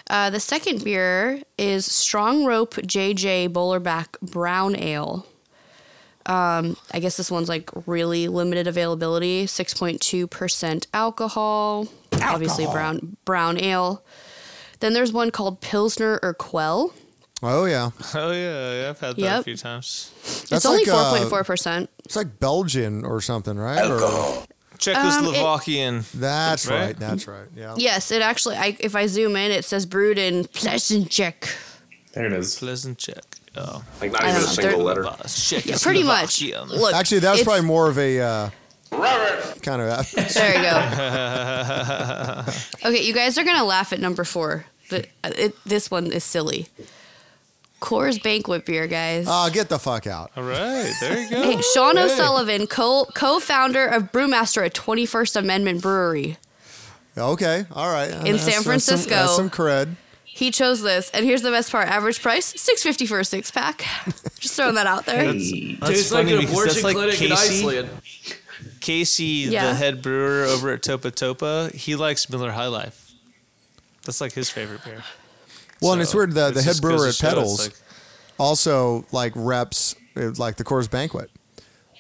[SPEAKER 6] Uh, the second beer is Strong Rope JJ Bowlerback Brown Ale. Um, I guess this one's like really limited availability, 6.2% alcohol, obviously brown brown ale. Then there's one called Pilsner or Quell.
[SPEAKER 5] Oh yeah,
[SPEAKER 7] Oh, yeah. yeah I've had that a
[SPEAKER 6] Yep.
[SPEAKER 7] few times.
[SPEAKER 5] That's
[SPEAKER 6] it's only
[SPEAKER 5] like, uh,
[SPEAKER 6] 4.4%.
[SPEAKER 5] it's like Belgian or something, right? Or-
[SPEAKER 7] Czechoslovakian.
[SPEAKER 6] Um,
[SPEAKER 5] that's
[SPEAKER 7] Right?
[SPEAKER 5] right. That's right. Yeah.
[SPEAKER 6] yes, it actually, I, if I zoom in, it says brewed in Pleasantchek.
[SPEAKER 8] There it is.
[SPEAKER 7] Pleasant Czech. Oh.
[SPEAKER 11] Like not
[SPEAKER 6] I
[SPEAKER 11] even a
[SPEAKER 6] don't know,
[SPEAKER 11] single
[SPEAKER 6] they're-
[SPEAKER 11] letter.
[SPEAKER 6] Yeah, pretty much. Look,
[SPEAKER 5] Actually, that was
[SPEAKER 6] it's-
[SPEAKER 5] probably more of a uh, kind of.
[SPEAKER 6] There you go. okay, you guys are gonna laugh at number four. The, it, this one is silly. Coors Banquet beer, guys.
[SPEAKER 5] Oh, get the fuck out.
[SPEAKER 7] All right. There you
[SPEAKER 6] Hey,
[SPEAKER 7] go.
[SPEAKER 6] Sean
[SPEAKER 7] Hey.
[SPEAKER 6] O'Sullivan, co- co-founder of Brewmaster at 21st Amendment Brewery.
[SPEAKER 5] Okay, all right. In Some,
[SPEAKER 6] San
[SPEAKER 5] that's
[SPEAKER 6] Francisco.
[SPEAKER 5] some cred.
[SPEAKER 6] He chose this, and here's the best part: average price six fifty for a six pack. Just throwing that out there.
[SPEAKER 7] That's
[SPEAKER 11] It's like
[SPEAKER 7] funny
[SPEAKER 11] an
[SPEAKER 7] because that's
[SPEAKER 11] abortion
[SPEAKER 7] like
[SPEAKER 11] clinic in
[SPEAKER 7] Casey.
[SPEAKER 11] Iceland.
[SPEAKER 7] Casey,
[SPEAKER 6] Yeah.
[SPEAKER 7] the head brewer over at Topa Topa, he likes Miller High Life. That's like his favorite beer.
[SPEAKER 5] Well, and it's weird. The,
[SPEAKER 7] it
[SPEAKER 5] the head
[SPEAKER 7] just goes
[SPEAKER 5] brewer
[SPEAKER 7] to
[SPEAKER 5] at
[SPEAKER 7] show it's
[SPEAKER 5] Pedals
[SPEAKER 7] like-
[SPEAKER 5] also like reps uh, like the Coors Banquet,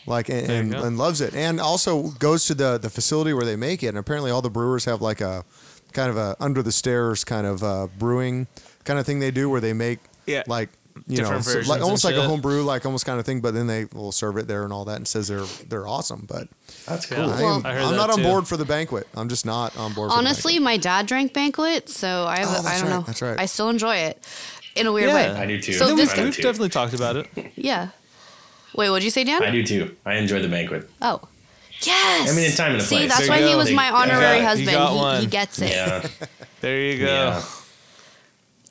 [SPEAKER 5] like and,
[SPEAKER 7] you
[SPEAKER 5] and,
[SPEAKER 7] go.
[SPEAKER 5] and loves it, and also goes to the the facility where they make it. And apparently, all the brewers have like a kind of a under the stairs kind of uh, brewing kind of thing they do where they make
[SPEAKER 7] Yeah.
[SPEAKER 5] like you know,
[SPEAKER 7] Different
[SPEAKER 5] so,
[SPEAKER 7] versions
[SPEAKER 5] like almost
[SPEAKER 7] and
[SPEAKER 5] like a
[SPEAKER 7] shit.
[SPEAKER 5] homebrew, like almost kind of thing. But then they will serve it there and all that, and says they're they're awesome. But
[SPEAKER 8] That's
[SPEAKER 7] Yeah.
[SPEAKER 8] cool.
[SPEAKER 5] I
[SPEAKER 6] Well-
[SPEAKER 5] am,
[SPEAKER 7] I heard
[SPEAKER 5] I'm
[SPEAKER 7] that
[SPEAKER 5] not on
[SPEAKER 7] too.
[SPEAKER 5] board for the banquet. I'm just not on board.
[SPEAKER 6] Honestly, my dad drank banquet, so I
[SPEAKER 5] Oh, that's
[SPEAKER 6] I don't
[SPEAKER 5] right,
[SPEAKER 6] know.
[SPEAKER 5] that's right.
[SPEAKER 6] I still enjoy it in a weird
[SPEAKER 7] Yeah.
[SPEAKER 6] way.
[SPEAKER 8] I do too.
[SPEAKER 6] So
[SPEAKER 7] Then
[SPEAKER 6] this
[SPEAKER 7] we've,
[SPEAKER 8] I do
[SPEAKER 7] we've
[SPEAKER 8] too.
[SPEAKER 7] definitely talked about it.
[SPEAKER 6] Yeah. Wait, what'd you say, Dan?
[SPEAKER 8] I do too. I enjoy the banquet.
[SPEAKER 6] Oh. Yes.
[SPEAKER 8] I mean, in time and a
[SPEAKER 6] See,
[SPEAKER 8] place.
[SPEAKER 6] that's
[SPEAKER 7] There
[SPEAKER 6] why
[SPEAKER 7] you
[SPEAKER 6] he
[SPEAKER 7] go.
[SPEAKER 6] was my honorary
[SPEAKER 8] You got-
[SPEAKER 7] you
[SPEAKER 6] husband.
[SPEAKER 7] got
[SPEAKER 6] He, he
[SPEAKER 7] one.
[SPEAKER 6] gets it.
[SPEAKER 8] Yeah.
[SPEAKER 7] There you go.
[SPEAKER 8] yeah.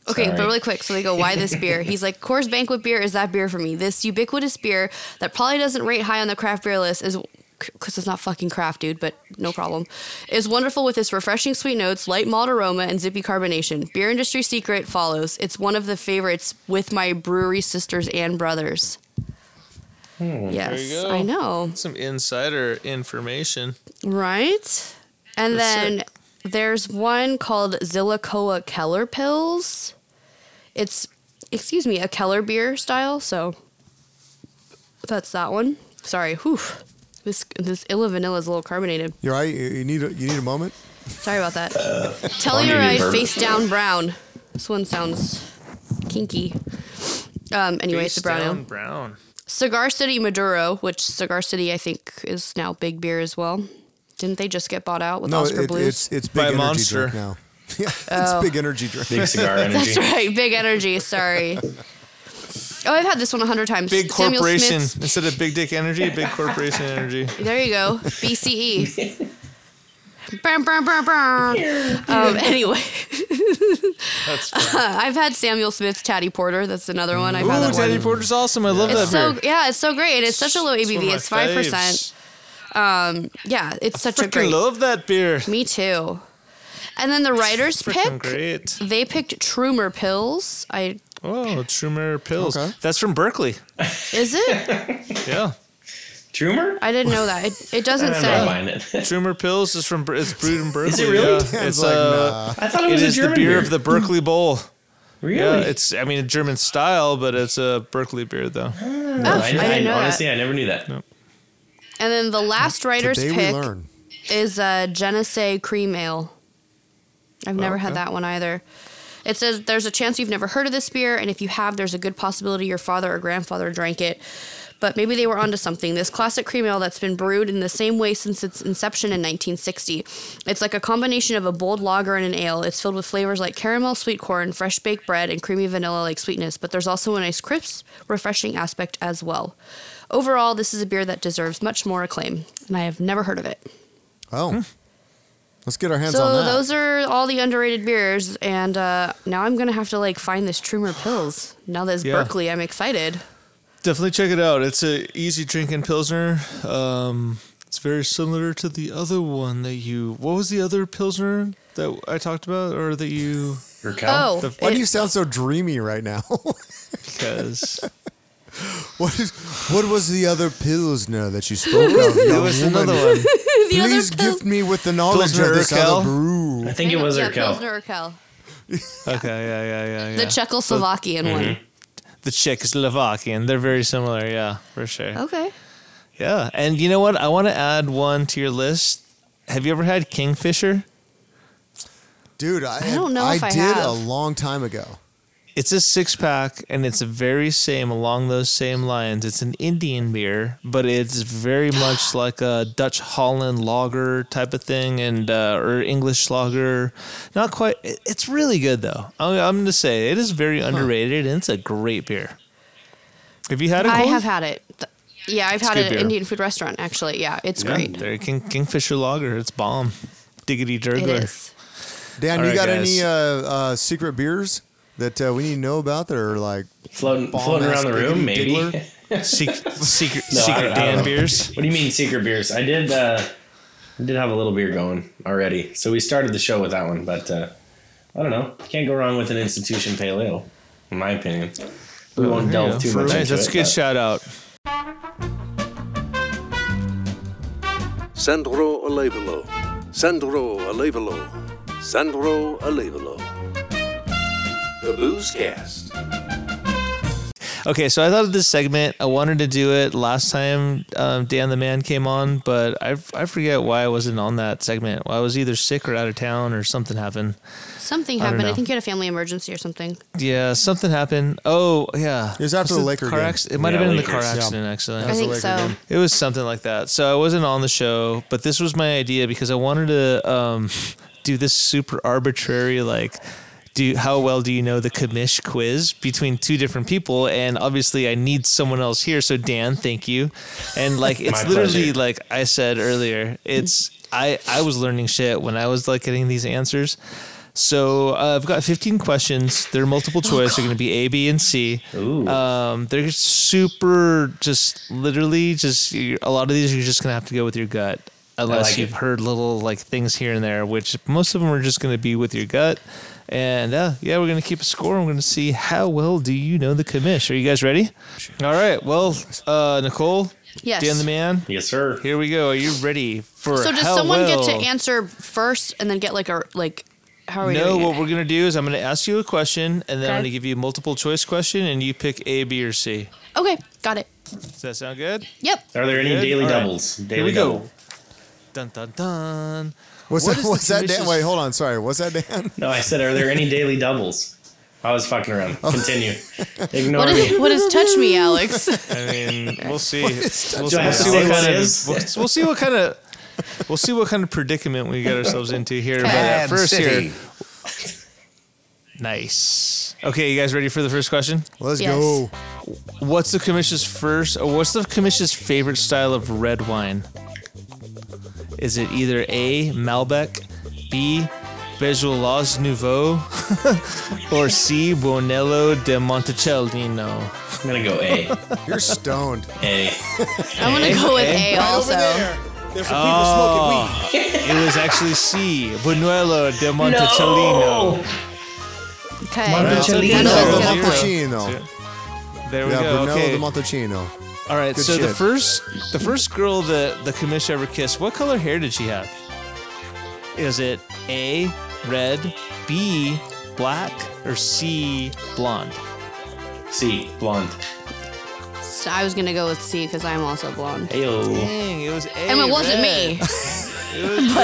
[SPEAKER 6] Okay, but
[SPEAKER 8] Sorry.
[SPEAKER 6] really quick. So they go, why this beer? He's like, Coors Banquet beer is that beer for me. This ubiquitous beer that probably doesn't rate high on the craft beer list is because it's not fucking craft, dude. But no problem. Is wonderful with its refreshing sweet notes, light malt aroma, and zippy carbonation. Beer industry secret follows. It's one of the favorites with my brewery sisters and brothers.
[SPEAKER 8] Hmm.
[SPEAKER 6] yes,
[SPEAKER 7] There you go.
[SPEAKER 6] I know.
[SPEAKER 7] Some insider information.
[SPEAKER 6] Right? And
[SPEAKER 7] That's
[SPEAKER 6] then there's one called Zillicoa Keller Pills. It's, excuse me, a Keller beer style. So that's that one. Sorry. Whew. This, this Illa Vanilla is a little carbonated.
[SPEAKER 5] You're right. You you need a, you need a moment.
[SPEAKER 6] Sorry about that.
[SPEAKER 8] Barney and
[SPEAKER 6] Telluride
[SPEAKER 8] Bourbon.
[SPEAKER 6] Face Down Brown. This one sounds kinky. Um, anyway, it's a
[SPEAKER 7] Face
[SPEAKER 6] brown ale.
[SPEAKER 7] down brown.
[SPEAKER 6] Cigar City Maduro, which Cigar City I think is now big beer as well. Didn't they just get bought out with
[SPEAKER 5] No,
[SPEAKER 6] Oscar
[SPEAKER 5] it,
[SPEAKER 6] Blues? Oh.
[SPEAKER 5] it's it's big
[SPEAKER 7] By
[SPEAKER 5] energy
[SPEAKER 7] Monster.
[SPEAKER 5] drink now. Yeah, it's big energy drink.
[SPEAKER 8] Big cigar energy.
[SPEAKER 6] That's right, big energy. Sorry. Oh, I've had this one a hundred times.
[SPEAKER 7] Big
[SPEAKER 6] Samuel
[SPEAKER 7] corporation
[SPEAKER 6] Smith's-
[SPEAKER 7] instead of big dick energy, big corporation energy.
[SPEAKER 6] There you go. BCE. Brum, brum, brum, brum. Um, anyway,
[SPEAKER 7] That's fun.
[SPEAKER 6] I've had Samuel Smith's Taddy Porter. That's another one. I've had
[SPEAKER 7] Ooh,
[SPEAKER 6] that one.
[SPEAKER 7] Teddy Porter's awesome. I love
[SPEAKER 6] It's
[SPEAKER 7] that
[SPEAKER 6] so
[SPEAKER 7] beer.
[SPEAKER 6] yeah, it's so great. It's such a low
[SPEAKER 7] one of
[SPEAKER 6] ABV.
[SPEAKER 7] my
[SPEAKER 6] It's five percent.
[SPEAKER 7] faves.
[SPEAKER 6] Yeah, it's such a
[SPEAKER 7] Freaking
[SPEAKER 6] great.
[SPEAKER 7] love that beer.
[SPEAKER 6] Me too. And then the writers pick.
[SPEAKER 7] Freaking great.
[SPEAKER 6] They picked Trumer Pills. I
[SPEAKER 7] Oh, Trumer Pills.
[SPEAKER 5] Okay.
[SPEAKER 7] That's from Berkeley.
[SPEAKER 6] is it?
[SPEAKER 7] Yeah.
[SPEAKER 8] Trumer?
[SPEAKER 6] I didn't know that. It, it
[SPEAKER 8] I
[SPEAKER 6] doesn't
[SPEAKER 8] don't know
[SPEAKER 6] say.
[SPEAKER 8] about it.
[SPEAKER 7] Trumer Pills is from Ber- it's brewed in Berkeley.
[SPEAKER 8] really?
[SPEAKER 7] Yeah.
[SPEAKER 5] It's
[SPEAKER 7] It's
[SPEAKER 5] like,
[SPEAKER 7] uh,
[SPEAKER 8] I thought it
[SPEAKER 7] it
[SPEAKER 8] was a
[SPEAKER 7] is the
[SPEAKER 8] German
[SPEAKER 7] beer, of the Berkeley Bowl.
[SPEAKER 8] Really?
[SPEAKER 7] Yeah, it's I mean a German style, but it's a Berkeley beer though.
[SPEAKER 8] No,
[SPEAKER 6] Oh,
[SPEAKER 8] I,
[SPEAKER 6] didn't
[SPEAKER 8] I-
[SPEAKER 6] know that.
[SPEAKER 8] honestly, I never knew that.
[SPEAKER 6] And then the last writer's
[SPEAKER 5] Today we
[SPEAKER 6] pick
[SPEAKER 5] learn.
[SPEAKER 6] is a Genesee cream ale. I've never had that one either. It says there's a chance you've never heard of this beer, and if you have, there's a good possibility your father or grandfather drank it. But maybe they were onto something. This classic cream ale that's been brewed in the same way since its inception in 1960. It's like a combination of a bold lager and an ale. It's filled with flavors like caramel, sweet corn, fresh baked bread, and creamy vanilla like sweetness, but there's also a nice crisp, refreshing aspect as well. Overall, this is a beer that deserves much more acclaim, and I have never heard of it.
[SPEAKER 7] Hmm.
[SPEAKER 5] Oh, let's get our hands
[SPEAKER 6] So
[SPEAKER 5] on that.
[SPEAKER 6] those are all the underrated beers, and uh, now I'm gonna have to like find this Trumer Pills. Now that it's
[SPEAKER 7] Yeah.
[SPEAKER 6] Berkeley, I'm excited.
[SPEAKER 7] Definitely check it out. It's a easy drinking pilsner. Um, it's very similar to the other one that you. What was the other pilsner that I talked about, or that you?
[SPEAKER 8] Your cow?
[SPEAKER 6] Oh,
[SPEAKER 7] the-
[SPEAKER 5] Why do
[SPEAKER 6] it-
[SPEAKER 5] you sound so dreamy right now?
[SPEAKER 7] Because
[SPEAKER 5] what is what was the other pilsner that you spoke of?
[SPEAKER 7] there
[SPEAKER 5] young
[SPEAKER 7] was
[SPEAKER 5] woman?
[SPEAKER 7] another one.
[SPEAKER 6] the other
[SPEAKER 5] Please
[SPEAKER 6] Pils-
[SPEAKER 5] gift me with the knowledge
[SPEAKER 7] Pilsner
[SPEAKER 5] of this
[SPEAKER 7] Urquell?
[SPEAKER 5] other brew.
[SPEAKER 8] I think it was
[SPEAKER 6] yeah,
[SPEAKER 8] her cow.
[SPEAKER 6] Pilsner Urquell.
[SPEAKER 7] Okay, yeah, yeah, yeah, yeah. Mm-hmm.
[SPEAKER 6] the Czechoslovakian one.
[SPEAKER 7] the Czechoslovakian. They're very similar. Yeah, for sure.
[SPEAKER 6] Okay,
[SPEAKER 7] Yeah, and you know what? I want to add one to your list. Have you ever had Kingfisher?
[SPEAKER 5] Dude, I,
[SPEAKER 6] I don't know if I
[SPEAKER 5] did
[SPEAKER 6] have.
[SPEAKER 5] a long time ago.
[SPEAKER 7] It's a six pack, and it's a very same along those same lines. It's an Indian beer, but it's very much like a Dutch Holland lager type of thing, and uh, or English lager. Not quite. it- It's really good though. I'm, I'm gonna say it is very underrated, and it's a great beer. Have you had it?
[SPEAKER 6] I
[SPEAKER 7] Colin?
[SPEAKER 6] have had it. Th- yeah, I've had it
[SPEAKER 7] good
[SPEAKER 6] at an
[SPEAKER 7] beer.
[SPEAKER 6] Indian food restaurant actually. Yeah, it's great.
[SPEAKER 7] There, King, Kingfisher lager. It's bomb. Diggity
[SPEAKER 6] It
[SPEAKER 7] Durgler.
[SPEAKER 6] is.
[SPEAKER 5] Dan,
[SPEAKER 7] All
[SPEAKER 5] you
[SPEAKER 7] right,
[SPEAKER 5] got
[SPEAKER 7] guys.
[SPEAKER 5] any uh, uh, secret beers that uh, we need to know about that are like
[SPEAKER 8] Floating,
[SPEAKER 5] bomb
[SPEAKER 8] floating
[SPEAKER 5] ass
[SPEAKER 8] around the room,
[SPEAKER 5] diggity
[SPEAKER 8] maybe.
[SPEAKER 5] diggler?
[SPEAKER 7] Secret, secret,
[SPEAKER 8] No, I-
[SPEAKER 7] secret
[SPEAKER 8] I don't
[SPEAKER 7] Dan
[SPEAKER 8] know.
[SPEAKER 7] beers.
[SPEAKER 8] What do you mean secret beers? I did uh I did have a little beer going already. So we started the show with that one, but uh I don't know. Can't go wrong with an institution pale ale, in my opinion. We won't delve too much
[SPEAKER 7] Nice,
[SPEAKER 8] into
[SPEAKER 7] that's
[SPEAKER 8] it,
[SPEAKER 7] a good
[SPEAKER 8] but-
[SPEAKER 7] shout out.
[SPEAKER 10] Sandro Olevalo. Sandro Olevalo. Sandro Olevalo. The Booze Cast.
[SPEAKER 7] Okay, so I thought of this segment. I wanted to do it last time um, Dan the Man came on, but I, I forget why I wasn't on that segment. Well, I was either sick or out of town or something happened.
[SPEAKER 6] Something
[SPEAKER 7] I don't
[SPEAKER 6] happened. I,
[SPEAKER 7] know.
[SPEAKER 6] think you had a family emergency or something.
[SPEAKER 7] Yeah, something happened. Oh, yeah.
[SPEAKER 5] It was after the Laker
[SPEAKER 7] car
[SPEAKER 5] game.
[SPEAKER 7] acc- It might
[SPEAKER 8] Yeah,
[SPEAKER 7] have been in the car
[SPEAKER 8] Lakers. Yeah.
[SPEAKER 7] accident, actually.
[SPEAKER 6] I
[SPEAKER 5] was the
[SPEAKER 6] think
[SPEAKER 5] Laker
[SPEAKER 6] so.
[SPEAKER 5] game.
[SPEAKER 7] It was something like that. So I wasn't on the show, but this was my idea because I wanted to um, do this super arbitrary, like, do how well do you know the commish quiz between two different people? And obviously, I need someone else here. So Dan, thank you. And like, it's
[SPEAKER 8] My
[SPEAKER 7] literally
[SPEAKER 8] pleasure.
[SPEAKER 7] like I said earlier. It's I I was learning shit when I was like getting these answers. So uh, I've got 15 questions. They're multiple choice. They're going to be A, B, and C.
[SPEAKER 8] Oh, Ooh.
[SPEAKER 7] Um, they're super, just literally, just you- a lot of these you're just gonna have to go with your gut, unless
[SPEAKER 8] like
[SPEAKER 7] you've
[SPEAKER 8] it.
[SPEAKER 7] heard little like things here and there, which most of them are just gonna be with your gut. And uh, yeah, we're gonna keep a score. We're gonna see how well do you know the commish. Are you guys ready? All right. Well, uh, Nicole,
[SPEAKER 6] Yes.
[SPEAKER 7] Dan the man,
[SPEAKER 8] yes, sir.
[SPEAKER 7] here we go. Are you ready for?
[SPEAKER 6] So does
[SPEAKER 7] how
[SPEAKER 6] someone get
[SPEAKER 7] well-
[SPEAKER 6] to answer first and then get like a like? How are we
[SPEAKER 7] No,
[SPEAKER 6] doing?
[SPEAKER 7] what
[SPEAKER 6] it?
[SPEAKER 7] we're gonna do is I'm gonna ask you a question, and then I'm
[SPEAKER 6] Okay.
[SPEAKER 7] gonna give you a multiple choice question, and you pick A, B, or C.
[SPEAKER 6] okay, got it.
[SPEAKER 7] Does that sound good?
[SPEAKER 6] Yep.
[SPEAKER 8] Are there any
[SPEAKER 7] Good?
[SPEAKER 8] daily
[SPEAKER 7] All right.
[SPEAKER 8] doubles? Daily
[SPEAKER 7] Here we
[SPEAKER 8] double.
[SPEAKER 7] go. Dun dun dun.
[SPEAKER 5] What's
[SPEAKER 7] What
[SPEAKER 5] that?
[SPEAKER 7] is the
[SPEAKER 5] What's that? Dan?
[SPEAKER 7] commission's-
[SPEAKER 5] Wait, hold on. Sorry. What's that, Dan?
[SPEAKER 8] No, I said, are there any daily doubles? I was fucking around.
[SPEAKER 7] Oh.
[SPEAKER 8] Continue. Ignore
[SPEAKER 6] What
[SPEAKER 8] me.
[SPEAKER 6] is what is touch me, Alex?
[SPEAKER 7] I mean, we'll see. We'll,
[SPEAKER 8] Do
[SPEAKER 7] we'll
[SPEAKER 8] I have to
[SPEAKER 7] see
[SPEAKER 8] say
[SPEAKER 7] what
[SPEAKER 8] what
[SPEAKER 7] kind
[SPEAKER 8] it
[SPEAKER 7] of
[SPEAKER 8] is?
[SPEAKER 7] we'll, we'll see what kind of we'll see what kind of predicament we get ourselves into here. But at
[SPEAKER 4] Bad
[SPEAKER 7] first
[SPEAKER 4] city.
[SPEAKER 7] here, nice. Okay, you guys ready for the first question?
[SPEAKER 5] Let's
[SPEAKER 6] Yes.
[SPEAKER 5] go.
[SPEAKER 7] What's the commission's first, or what's the commission's favorite style of red wine? Is it either A. Malbec, B. Bejolos Nouveau, or C. Buonello de Monticellino?
[SPEAKER 8] I'm gonna go A.
[SPEAKER 5] You're stoned.
[SPEAKER 8] A.
[SPEAKER 6] I want to go with
[SPEAKER 7] eh?
[SPEAKER 6] A also.
[SPEAKER 11] There's some people
[SPEAKER 7] Oh,
[SPEAKER 11] smoking weed.
[SPEAKER 7] It was actually C. Buñuelo de Montalcino.
[SPEAKER 6] Okay.
[SPEAKER 8] Montalcino.
[SPEAKER 6] That's
[SPEAKER 5] Brunello
[SPEAKER 6] what's
[SPEAKER 5] de
[SPEAKER 6] gonna-
[SPEAKER 5] Montalcino.
[SPEAKER 7] There we
[SPEAKER 5] Yeah,
[SPEAKER 7] go.
[SPEAKER 5] Brunello
[SPEAKER 7] okay.
[SPEAKER 5] de Montalcino.
[SPEAKER 7] All right.
[SPEAKER 5] Good
[SPEAKER 7] so the
[SPEAKER 5] shit.
[SPEAKER 7] first, the first girl that the commish ever kissed, what color hair did she have? Is it A, red, B, black, or C, blonde?
[SPEAKER 8] C. Blonde.
[SPEAKER 6] So I was gonna go with C because I'm also blonde.
[SPEAKER 8] Ayo.
[SPEAKER 7] Dang, it was A.
[SPEAKER 6] And it wasn't me.
[SPEAKER 7] It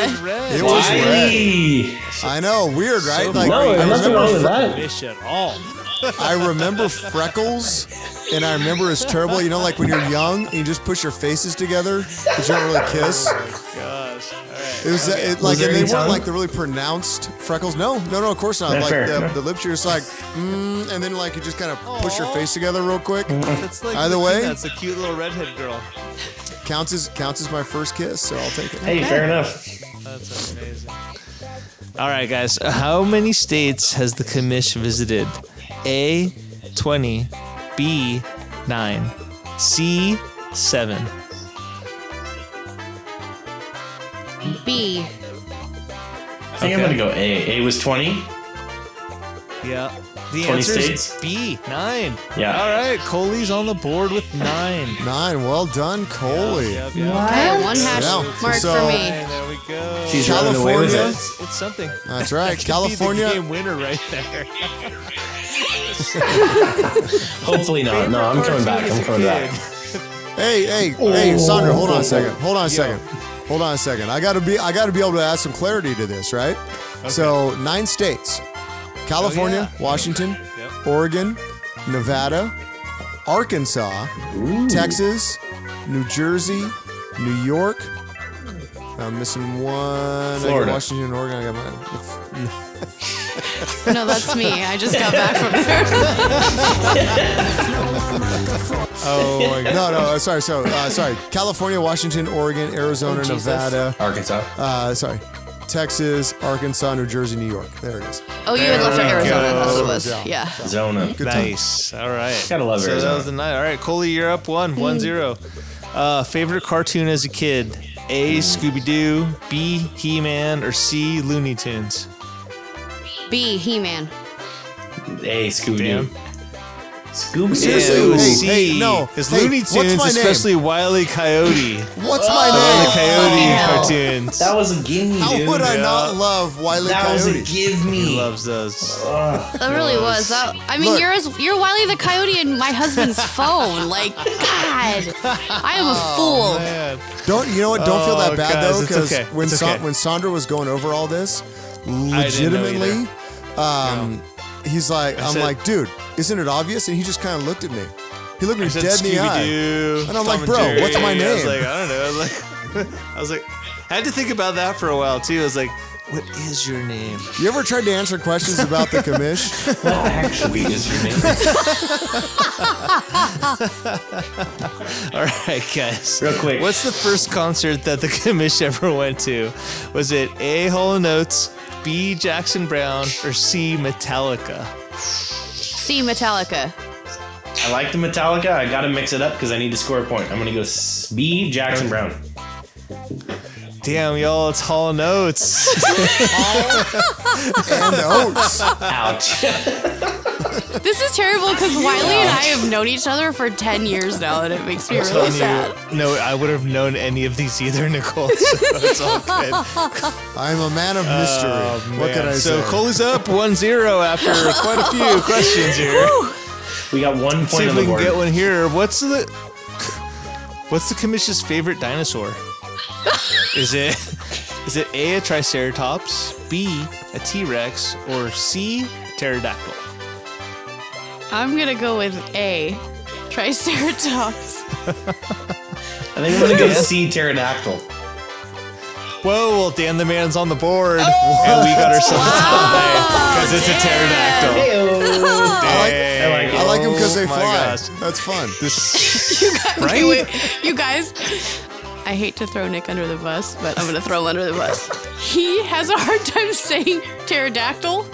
[SPEAKER 7] was red.
[SPEAKER 5] It was red.
[SPEAKER 8] Why?
[SPEAKER 5] I know. Weird, right?
[SPEAKER 7] So
[SPEAKER 5] like
[SPEAKER 7] No,
[SPEAKER 5] I
[SPEAKER 7] there's
[SPEAKER 5] remember,
[SPEAKER 8] that.
[SPEAKER 7] Commish at all.
[SPEAKER 5] I remember freckles, and I remember it's terrible. You know, like when you're young and you just push your faces together, but you don't really kiss.
[SPEAKER 7] Gosh. All right.
[SPEAKER 5] It was, uh, it, like,
[SPEAKER 8] there
[SPEAKER 5] and they
[SPEAKER 8] any
[SPEAKER 5] weren't
[SPEAKER 8] tongue?
[SPEAKER 5] like the really pronounced freckles. No, no, no, of course not.
[SPEAKER 8] Not
[SPEAKER 5] like
[SPEAKER 8] fair,
[SPEAKER 5] the,
[SPEAKER 8] no.
[SPEAKER 5] the lips, you're just like, mm, and then like you just kind of push your face together real quick.
[SPEAKER 7] That's like
[SPEAKER 5] Either
[SPEAKER 7] the
[SPEAKER 5] way-
[SPEAKER 7] That's a cute little redhead girl.
[SPEAKER 5] counts as counts as my first kiss, so I'll take it.
[SPEAKER 8] Hey, fair enough.
[SPEAKER 7] That's amazing. All right, guys. How many states has the commish visited? A, 20, B, 9, C, 7.
[SPEAKER 6] B.
[SPEAKER 8] I think I'm gonna go A. A was 20.
[SPEAKER 7] Yeah. The
[SPEAKER 8] 20
[SPEAKER 7] answer is
[SPEAKER 8] states?
[SPEAKER 7] B, 9.
[SPEAKER 8] Yeah.
[SPEAKER 7] All right, Coley's on the board with 9.
[SPEAKER 5] Nine, well done, Coley.
[SPEAKER 7] Yep, yep.
[SPEAKER 6] Okay, one hash
[SPEAKER 5] Yeah,
[SPEAKER 6] mark
[SPEAKER 5] so-
[SPEAKER 6] for me.
[SPEAKER 7] Nine, There we go.
[SPEAKER 8] She's running away with
[SPEAKER 5] California?
[SPEAKER 8] it.
[SPEAKER 7] It's, it's something.
[SPEAKER 5] That's right,
[SPEAKER 7] Be the
[SPEAKER 5] California.
[SPEAKER 7] game winner right there.
[SPEAKER 8] Hopefully not. No, I'm coming back. I'm coming back.
[SPEAKER 5] Hey, hey,
[SPEAKER 7] Oh.
[SPEAKER 5] hey, Sandra, hold on a second. Hold on a second. Hold on a second. I gotta be, I gotta be able to add some clarity to this, right? So nine states: California,
[SPEAKER 7] Oh, yeah.
[SPEAKER 5] Washington,
[SPEAKER 7] Yep.
[SPEAKER 5] Oregon, Nevada, Arkansas, Texas, New Jersey, New York. I'm missing one. I got
[SPEAKER 8] Florida.
[SPEAKER 5] Washington, Oregon. I got mine.
[SPEAKER 6] No, that's me. I just got back from there.
[SPEAKER 7] Oh, my God.
[SPEAKER 5] No, no, sorry. So, uh, sorry. California, Washington, Oregon, Arizona,
[SPEAKER 7] Oh, Jesus.
[SPEAKER 5] Nevada.
[SPEAKER 8] Arkansas.
[SPEAKER 5] Uh, sorry. Texas, Arkansas, New Jersey, New York. There it is.
[SPEAKER 6] Oh, you had left for Arizona. That's what it was.
[SPEAKER 5] Yeah.
[SPEAKER 6] Yeah.
[SPEAKER 8] Zona.
[SPEAKER 5] Good time.
[SPEAKER 7] Nice. All right.
[SPEAKER 8] Gotta love
[SPEAKER 7] so that
[SPEAKER 8] Arizona.
[SPEAKER 7] was the night. All right, Coley, you're up one,
[SPEAKER 5] Hmm.
[SPEAKER 7] one zero. Uh, favorite cartoon as a kid? A. Scooby Doo. B. He Man. Or C. Looney Tunes.
[SPEAKER 6] B. He Man.
[SPEAKER 8] A. Scooby
[SPEAKER 7] Damn.
[SPEAKER 8] Doo. Scooby
[SPEAKER 5] Seriously,
[SPEAKER 7] Doo.
[SPEAKER 5] hey, hey, no.
[SPEAKER 7] It's
[SPEAKER 5] Hey,
[SPEAKER 7] Looney
[SPEAKER 5] what's
[SPEAKER 7] Tunes,
[SPEAKER 5] my name?
[SPEAKER 7] especially Wiley Coyote.
[SPEAKER 5] What's my
[SPEAKER 7] The
[SPEAKER 5] name?
[SPEAKER 7] Wile E. Coyote
[SPEAKER 5] Fucking Oh, hell.
[SPEAKER 7] cartoons.
[SPEAKER 5] That
[SPEAKER 8] was a gimme.
[SPEAKER 5] How
[SPEAKER 7] dude.
[SPEAKER 5] would I
[SPEAKER 7] Yeah.
[SPEAKER 5] not love Wiley
[SPEAKER 8] That was a
[SPEAKER 5] Coyote?
[SPEAKER 8] give me.
[SPEAKER 7] He loves those.
[SPEAKER 5] Uh,
[SPEAKER 6] That really was. That, I mean,
[SPEAKER 5] Look.
[SPEAKER 6] you're as, you're Wiley the Coyote in my husband's phone. Like, God, I am
[SPEAKER 5] Oh,
[SPEAKER 6] a fool.
[SPEAKER 5] Don't you know what? Don't feel that
[SPEAKER 7] Oh,
[SPEAKER 5] bad
[SPEAKER 7] guys,
[SPEAKER 5] though,
[SPEAKER 7] it's
[SPEAKER 5] because
[SPEAKER 7] okay.
[SPEAKER 5] when
[SPEAKER 7] It's
[SPEAKER 5] Sa-
[SPEAKER 7] okay.
[SPEAKER 5] when Sandra was going over all this,
[SPEAKER 7] know
[SPEAKER 5] legitimately, um, he's like,
[SPEAKER 7] I
[SPEAKER 5] I'm
[SPEAKER 7] said-
[SPEAKER 5] like, dude, isn't it obvious? And he just kind of looked at me. He looked
[SPEAKER 7] I
[SPEAKER 5] me
[SPEAKER 7] said
[SPEAKER 5] dead in the eye.
[SPEAKER 7] Scooby-Doo,
[SPEAKER 5] And I'm like,
[SPEAKER 7] Tom
[SPEAKER 5] bro,
[SPEAKER 7] Jerry.
[SPEAKER 5] what's my
[SPEAKER 7] I was
[SPEAKER 5] name?
[SPEAKER 7] like, I don't know. I was like, I was like, I had to think about that for a while too. I was like, what is your name?
[SPEAKER 5] You ever tried to answer questions about the commish?
[SPEAKER 8] Actually, is your name?
[SPEAKER 7] All right, guys.
[SPEAKER 8] Real quick.
[SPEAKER 7] What's the first concert that the commish ever went to? Was it A. Hall and Oates, B. Jackson Brown, or C. Metallica?
[SPEAKER 6] See Metallica.
[SPEAKER 8] I like the Metallica. I gotta mix it up because I need to score a point. I'm gonna go s- B. Jackson Brown.
[SPEAKER 7] Damn, y'all, it's Hall and Oates.
[SPEAKER 5] and oats.
[SPEAKER 8] Ouch.
[SPEAKER 6] This is terrible because Wiley and I have known each other for ten years now, and it makes me really sad.
[SPEAKER 7] no, I would have known any of these either, Nicole. So it's all good.
[SPEAKER 5] I'm a man of mystery. what can
[SPEAKER 7] Oh, Man,
[SPEAKER 5] I
[SPEAKER 7] so
[SPEAKER 5] say?
[SPEAKER 7] Coley's up 1-0 after quite a few questions here.
[SPEAKER 8] We got one
[SPEAKER 7] See if
[SPEAKER 8] point on the
[SPEAKER 7] we can
[SPEAKER 8] board.
[SPEAKER 7] get one here. What's the What's the commission's favorite dinosaur? Is it is it A a triceratops, B a T-Rex, or C pterodactyl?
[SPEAKER 6] I'm gonna go with A, Triceratops.
[SPEAKER 8] I think I'm gonna go C. Pterodactyl.
[SPEAKER 7] Whoa, well Dan the man's on the board.
[SPEAKER 5] Oh!
[SPEAKER 7] and we got ourselves because it's a pterodactyl.
[SPEAKER 5] I
[SPEAKER 8] I like
[SPEAKER 5] like, I like them because
[SPEAKER 7] Oh
[SPEAKER 5] they
[SPEAKER 7] my
[SPEAKER 5] fly.
[SPEAKER 7] gosh.
[SPEAKER 5] That's fun.
[SPEAKER 7] This
[SPEAKER 6] Okay,
[SPEAKER 7] right?
[SPEAKER 6] wait, you guys. I hate to throw Nick under the bus, but I'm gonna throw him under the bus. He has a hard time saying pterodactyl.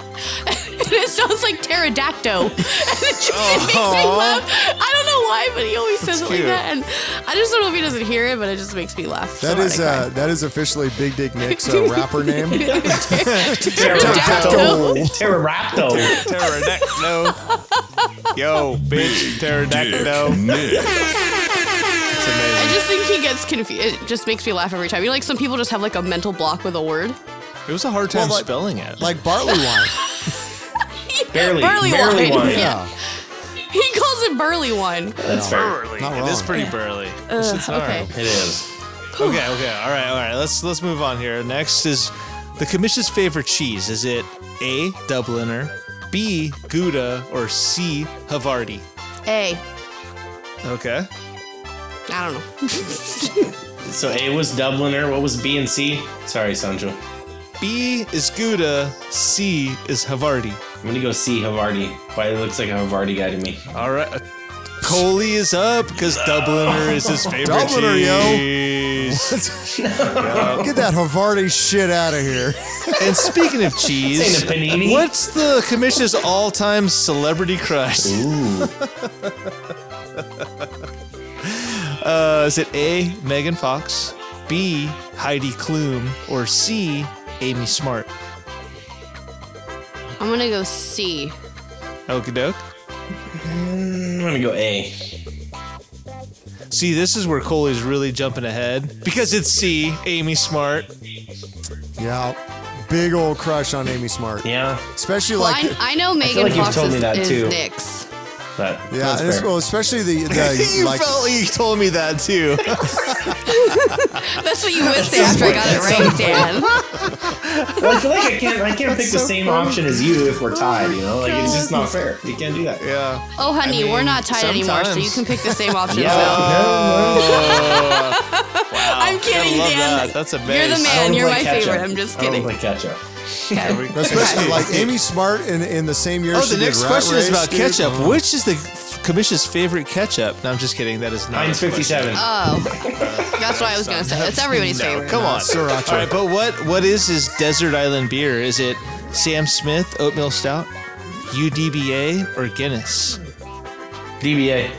[SPEAKER 6] And it sounds like pterodacto. And it just it makes me laugh. I don't know why, but he always says it like
[SPEAKER 7] cute.
[SPEAKER 6] that. And I just don't know if he doesn't hear it, but it just makes me laugh.
[SPEAKER 5] That is uh, that is officially Big Dick Nick's uh, rapper name.
[SPEAKER 6] pterodactyl.
[SPEAKER 8] Pterodactyl.
[SPEAKER 7] Pterodactyl. Yo, bitch, pterodactyl. It's amazing.
[SPEAKER 6] I just think he gets confused. It just makes me laugh every time. You know, like some people just have like a mental block with a word.
[SPEAKER 7] It was a hard time
[SPEAKER 5] Well, like-
[SPEAKER 7] spelling it.
[SPEAKER 5] Like barley wine.
[SPEAKER 8] Barely. Barely
[SPEAKER 6] wine.
[SPEAKER 8] wine.
[SPEAKER 6] Yeah. He calls it burly wine.
[SPEAKER 8] That's fair.
[SPEAKER 7] burly.
[SPEAKER 5] Not
[SPEAKER 7] It is
[SPEAKER 5] wrong.
[SPEAKER 7] pretty burly. This
[SPEAKER 6] Ugh,
[SPEAKER 7] is all
[SPEAKER 6] okay.
[SPEAKER 7] right.
[SPEAKER 8] It is.
[SPEAKER 7] Okay, okay. All right, all right. Let's let's move on here. Next is the commission's favorite cheese. Is it A. Dubliner, B. Gouda, or C. Havarti?
[SPEAKER 6] A.
[SPEAKER 7] Okay.
[SPEAKER 6] I don't know.
[SPEAKER 8] So A was Dubliner. What was B and C? Sorry, Sancho.
[SPEAKER 7] B is Gouda, C is Havarti.
[SPEAKER 8] I'm gonna go C. Havarti. Why it looks like a Havarti guy to me.
[SPEAKER 7] All right. Coley is up because Dubliner is his favorite
[SPEAKER 5] Dubliner, yo.
[SPEAKER 7] cheese.
[SPEAKER 5] Get that Havarti shit out of here.
[SPEAKER 7] And speaking of cheese,
[SPEAKER 8] This ain't a panini.
[SPEAKER 7] what's the commission's all-time celebrity crush?
[SPEAKER 8] Ooh.
[SPEAKER 7] Uh, is it A. Megan Fox, B. Heidi Klum, or C. Amy Smart?
[SPEAKER 6] I'm gonna go C.
[SPEAKER 7] Okie doke.
[SPEAKER 8] I'm gonna go A.
[SPEAKER 7] See, this is where Coley's really jumping ahead because it's C. Amy Smart.
[SPEAKER 5] Yeah. Big old crush on Amy Smart.
[SPEAKER 8] Yeah.
[SPEAKER 5] Especially
[SPEAKER 6] Well,
[SPEAKER 5] like,
[SPEAKER 6] I, I know Megan
[SPEAKER 8] like you've
[SPEAKER 6] Fox
[SPEAKER 8] told me
[SPEAKER 6] is,
[SPEAKER 8] that
[SPEAKER 6] is
[SPEAKER 8] too.
[SPEAKER 6] Nick's.
[SPEAKER 8] That,
[SPEAKER 5] yeah,
[SPEAKER 8] that's
[SPEAKER 5] and it's-
[SPEAKER 8] fair.
[SPEAKER 5] well, especially the, the
[SPEAKER 7] you
[SPEAKER 5] like,
[SPEAKER 7] felt you told me that too.
[SPEAKER 6] That's what you would say after I got it right, Dan.
[SPEAKER 8] Well, I feel like I can't. I can't pick the same option as you if we're tied. You know, like it's just
[SPEAKER 7] Oh,
[SPEAKER 8] not fair. You can't do that.
[SPEAKER 7] yeah.
[SPEAKER 6] Oh, honey, we're not tied anymore, so you
[SPEAKER 7] sometimes.
[SPEAKER 6] can pick the same option.
[SPEAKER 8] Yeah.
[SPEAKER 6] so. Oh, I'm
[SPEAKER 7] I
[SPEAKER 6] kidding,
[SPEAKER 7] love
[SPEAKER 6] Dan.
[SPEAKER 7] that. That's a
[SPEAKER 6] You're the
[SPEAKER 7] base.
[SPEAKER 8] I
[SPEAKER 6] man.
[SPEAKER 8] don't
[SPEAKER 6] You're
[SPEAKER 8] play
[SPEAKER 6] my
[SPEAKER 8] catch-up.
[SPEAKER 6] favorite. I'm just
[SPEAKER 8] I don't
[SPEAKER 6] kidding.
[SPEAKER 8] play catch up.
[SPEAKER 6] Okay.
[SPEAKER 5] especially
[SPEAKER 6] Okay.
[SPEAKER 5] like Amy Smart in, in the same year.
[SPEAKER 7] Oh,
[SPEAKER 5] she
[SPEAKER 7] the
[SPEAKER 5] did
[SPEAKER 7] next
[SPEAKER 5] Rat
[SPEAKER 7] question is
[SPEAKER 5] Race,
[SPEAKER 7] about
[SPEAKER 5] dude. Uh-huh.
[SPEAKER 7] ketchup. Which is the f- commission's favorite ketchup? No, I'm just kidding. That is not.
[SPEAKER 8] Mine's
[SPEAKER 7] a question.
[SPEAKER 8] fifty-seven.
[SPEAKER 6] Oh, that's what I was gonna say. It's everybody's favorite.
[SPEAKER 7] Come on,
[SPEAKER 5] Sriracha.
[SPEAKER 7] All right, but what what is his desert island beer? Is it Sam Smith Oatmeal Stout, UDBA, or Guinness?
[SPEAKER 8] DBA.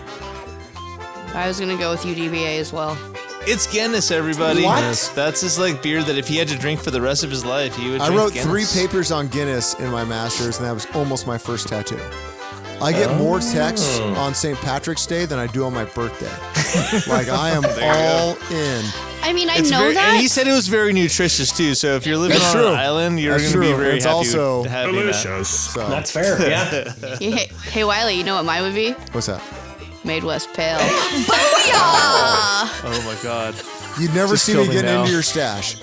[SPEAKER 6] I was gonna go with UDBA as well.
[SPEAKER 7] It's Guinness, everybody.
[SPEAKER 5] What?
[SPEAKER 7] That's his like beer that if he had to drink for the rest of his life, he would.
[SPEAKER 5] I
[SPEAKER 7] drink
[SPEAKER 5] wrote three
[SPEAKER 7] Guinness.
[SPEAKER 5] papers on Guinness in my master's, and that was almost my first tattoo. I get more
[SPEAKER 7] Oh.
[SPEAKER 5] texts on St. Patrick's Day than I do on my birthday. like I am
[SPEAKER 7] There you
[SPEAKER 5] all in.
[SPEAKER 6] I mean, I
[SPEAKER 7] It's
[SPEAKER 6] know
[SPEAKER 7] very-
[SPEAKER 6] that.
[SPEAKER 7] And he said it was very nutritious too. So if you're living
[SPEAKER 5] That's
[SPEAKER 7] on
[SPEAKER 5] true.
[SPEAKER 7] an island, you're
[SPEAKER 5] That's
[SPEAKER 7] going to be
[SPEAKER 5] true.
[SPEAKER 7] very
[SPEAKER 5] It's
[SPEAKER 7] happy
[SPEAKER 5] also
[SPEAKER 7] with having
[SPEAKER 5] delicious,
[SPEAKER 7] That.
[SPEAKER 5] so-
[SPEAKER 8] That's fair, yeah.
[SPEAKER 6] Yeah, hey, hey, Wiley, you know what mine would be?
[SPEAKER 5] What's that?
[SPEAKER 6] Made West Pale. Booyah!
[SPEAKER 7] Oh my god.
[SPEAKER 5] You'd never
[SPEAKER 7] Just
[SPEAKER 5] see
[SPEAKER 7] kill
[SPEAKER 5] me
[SPEAKER 7] me
[SPEAKER 5] getting
[SPEAKER 7] now.
[SPEAKER 5] into your stash.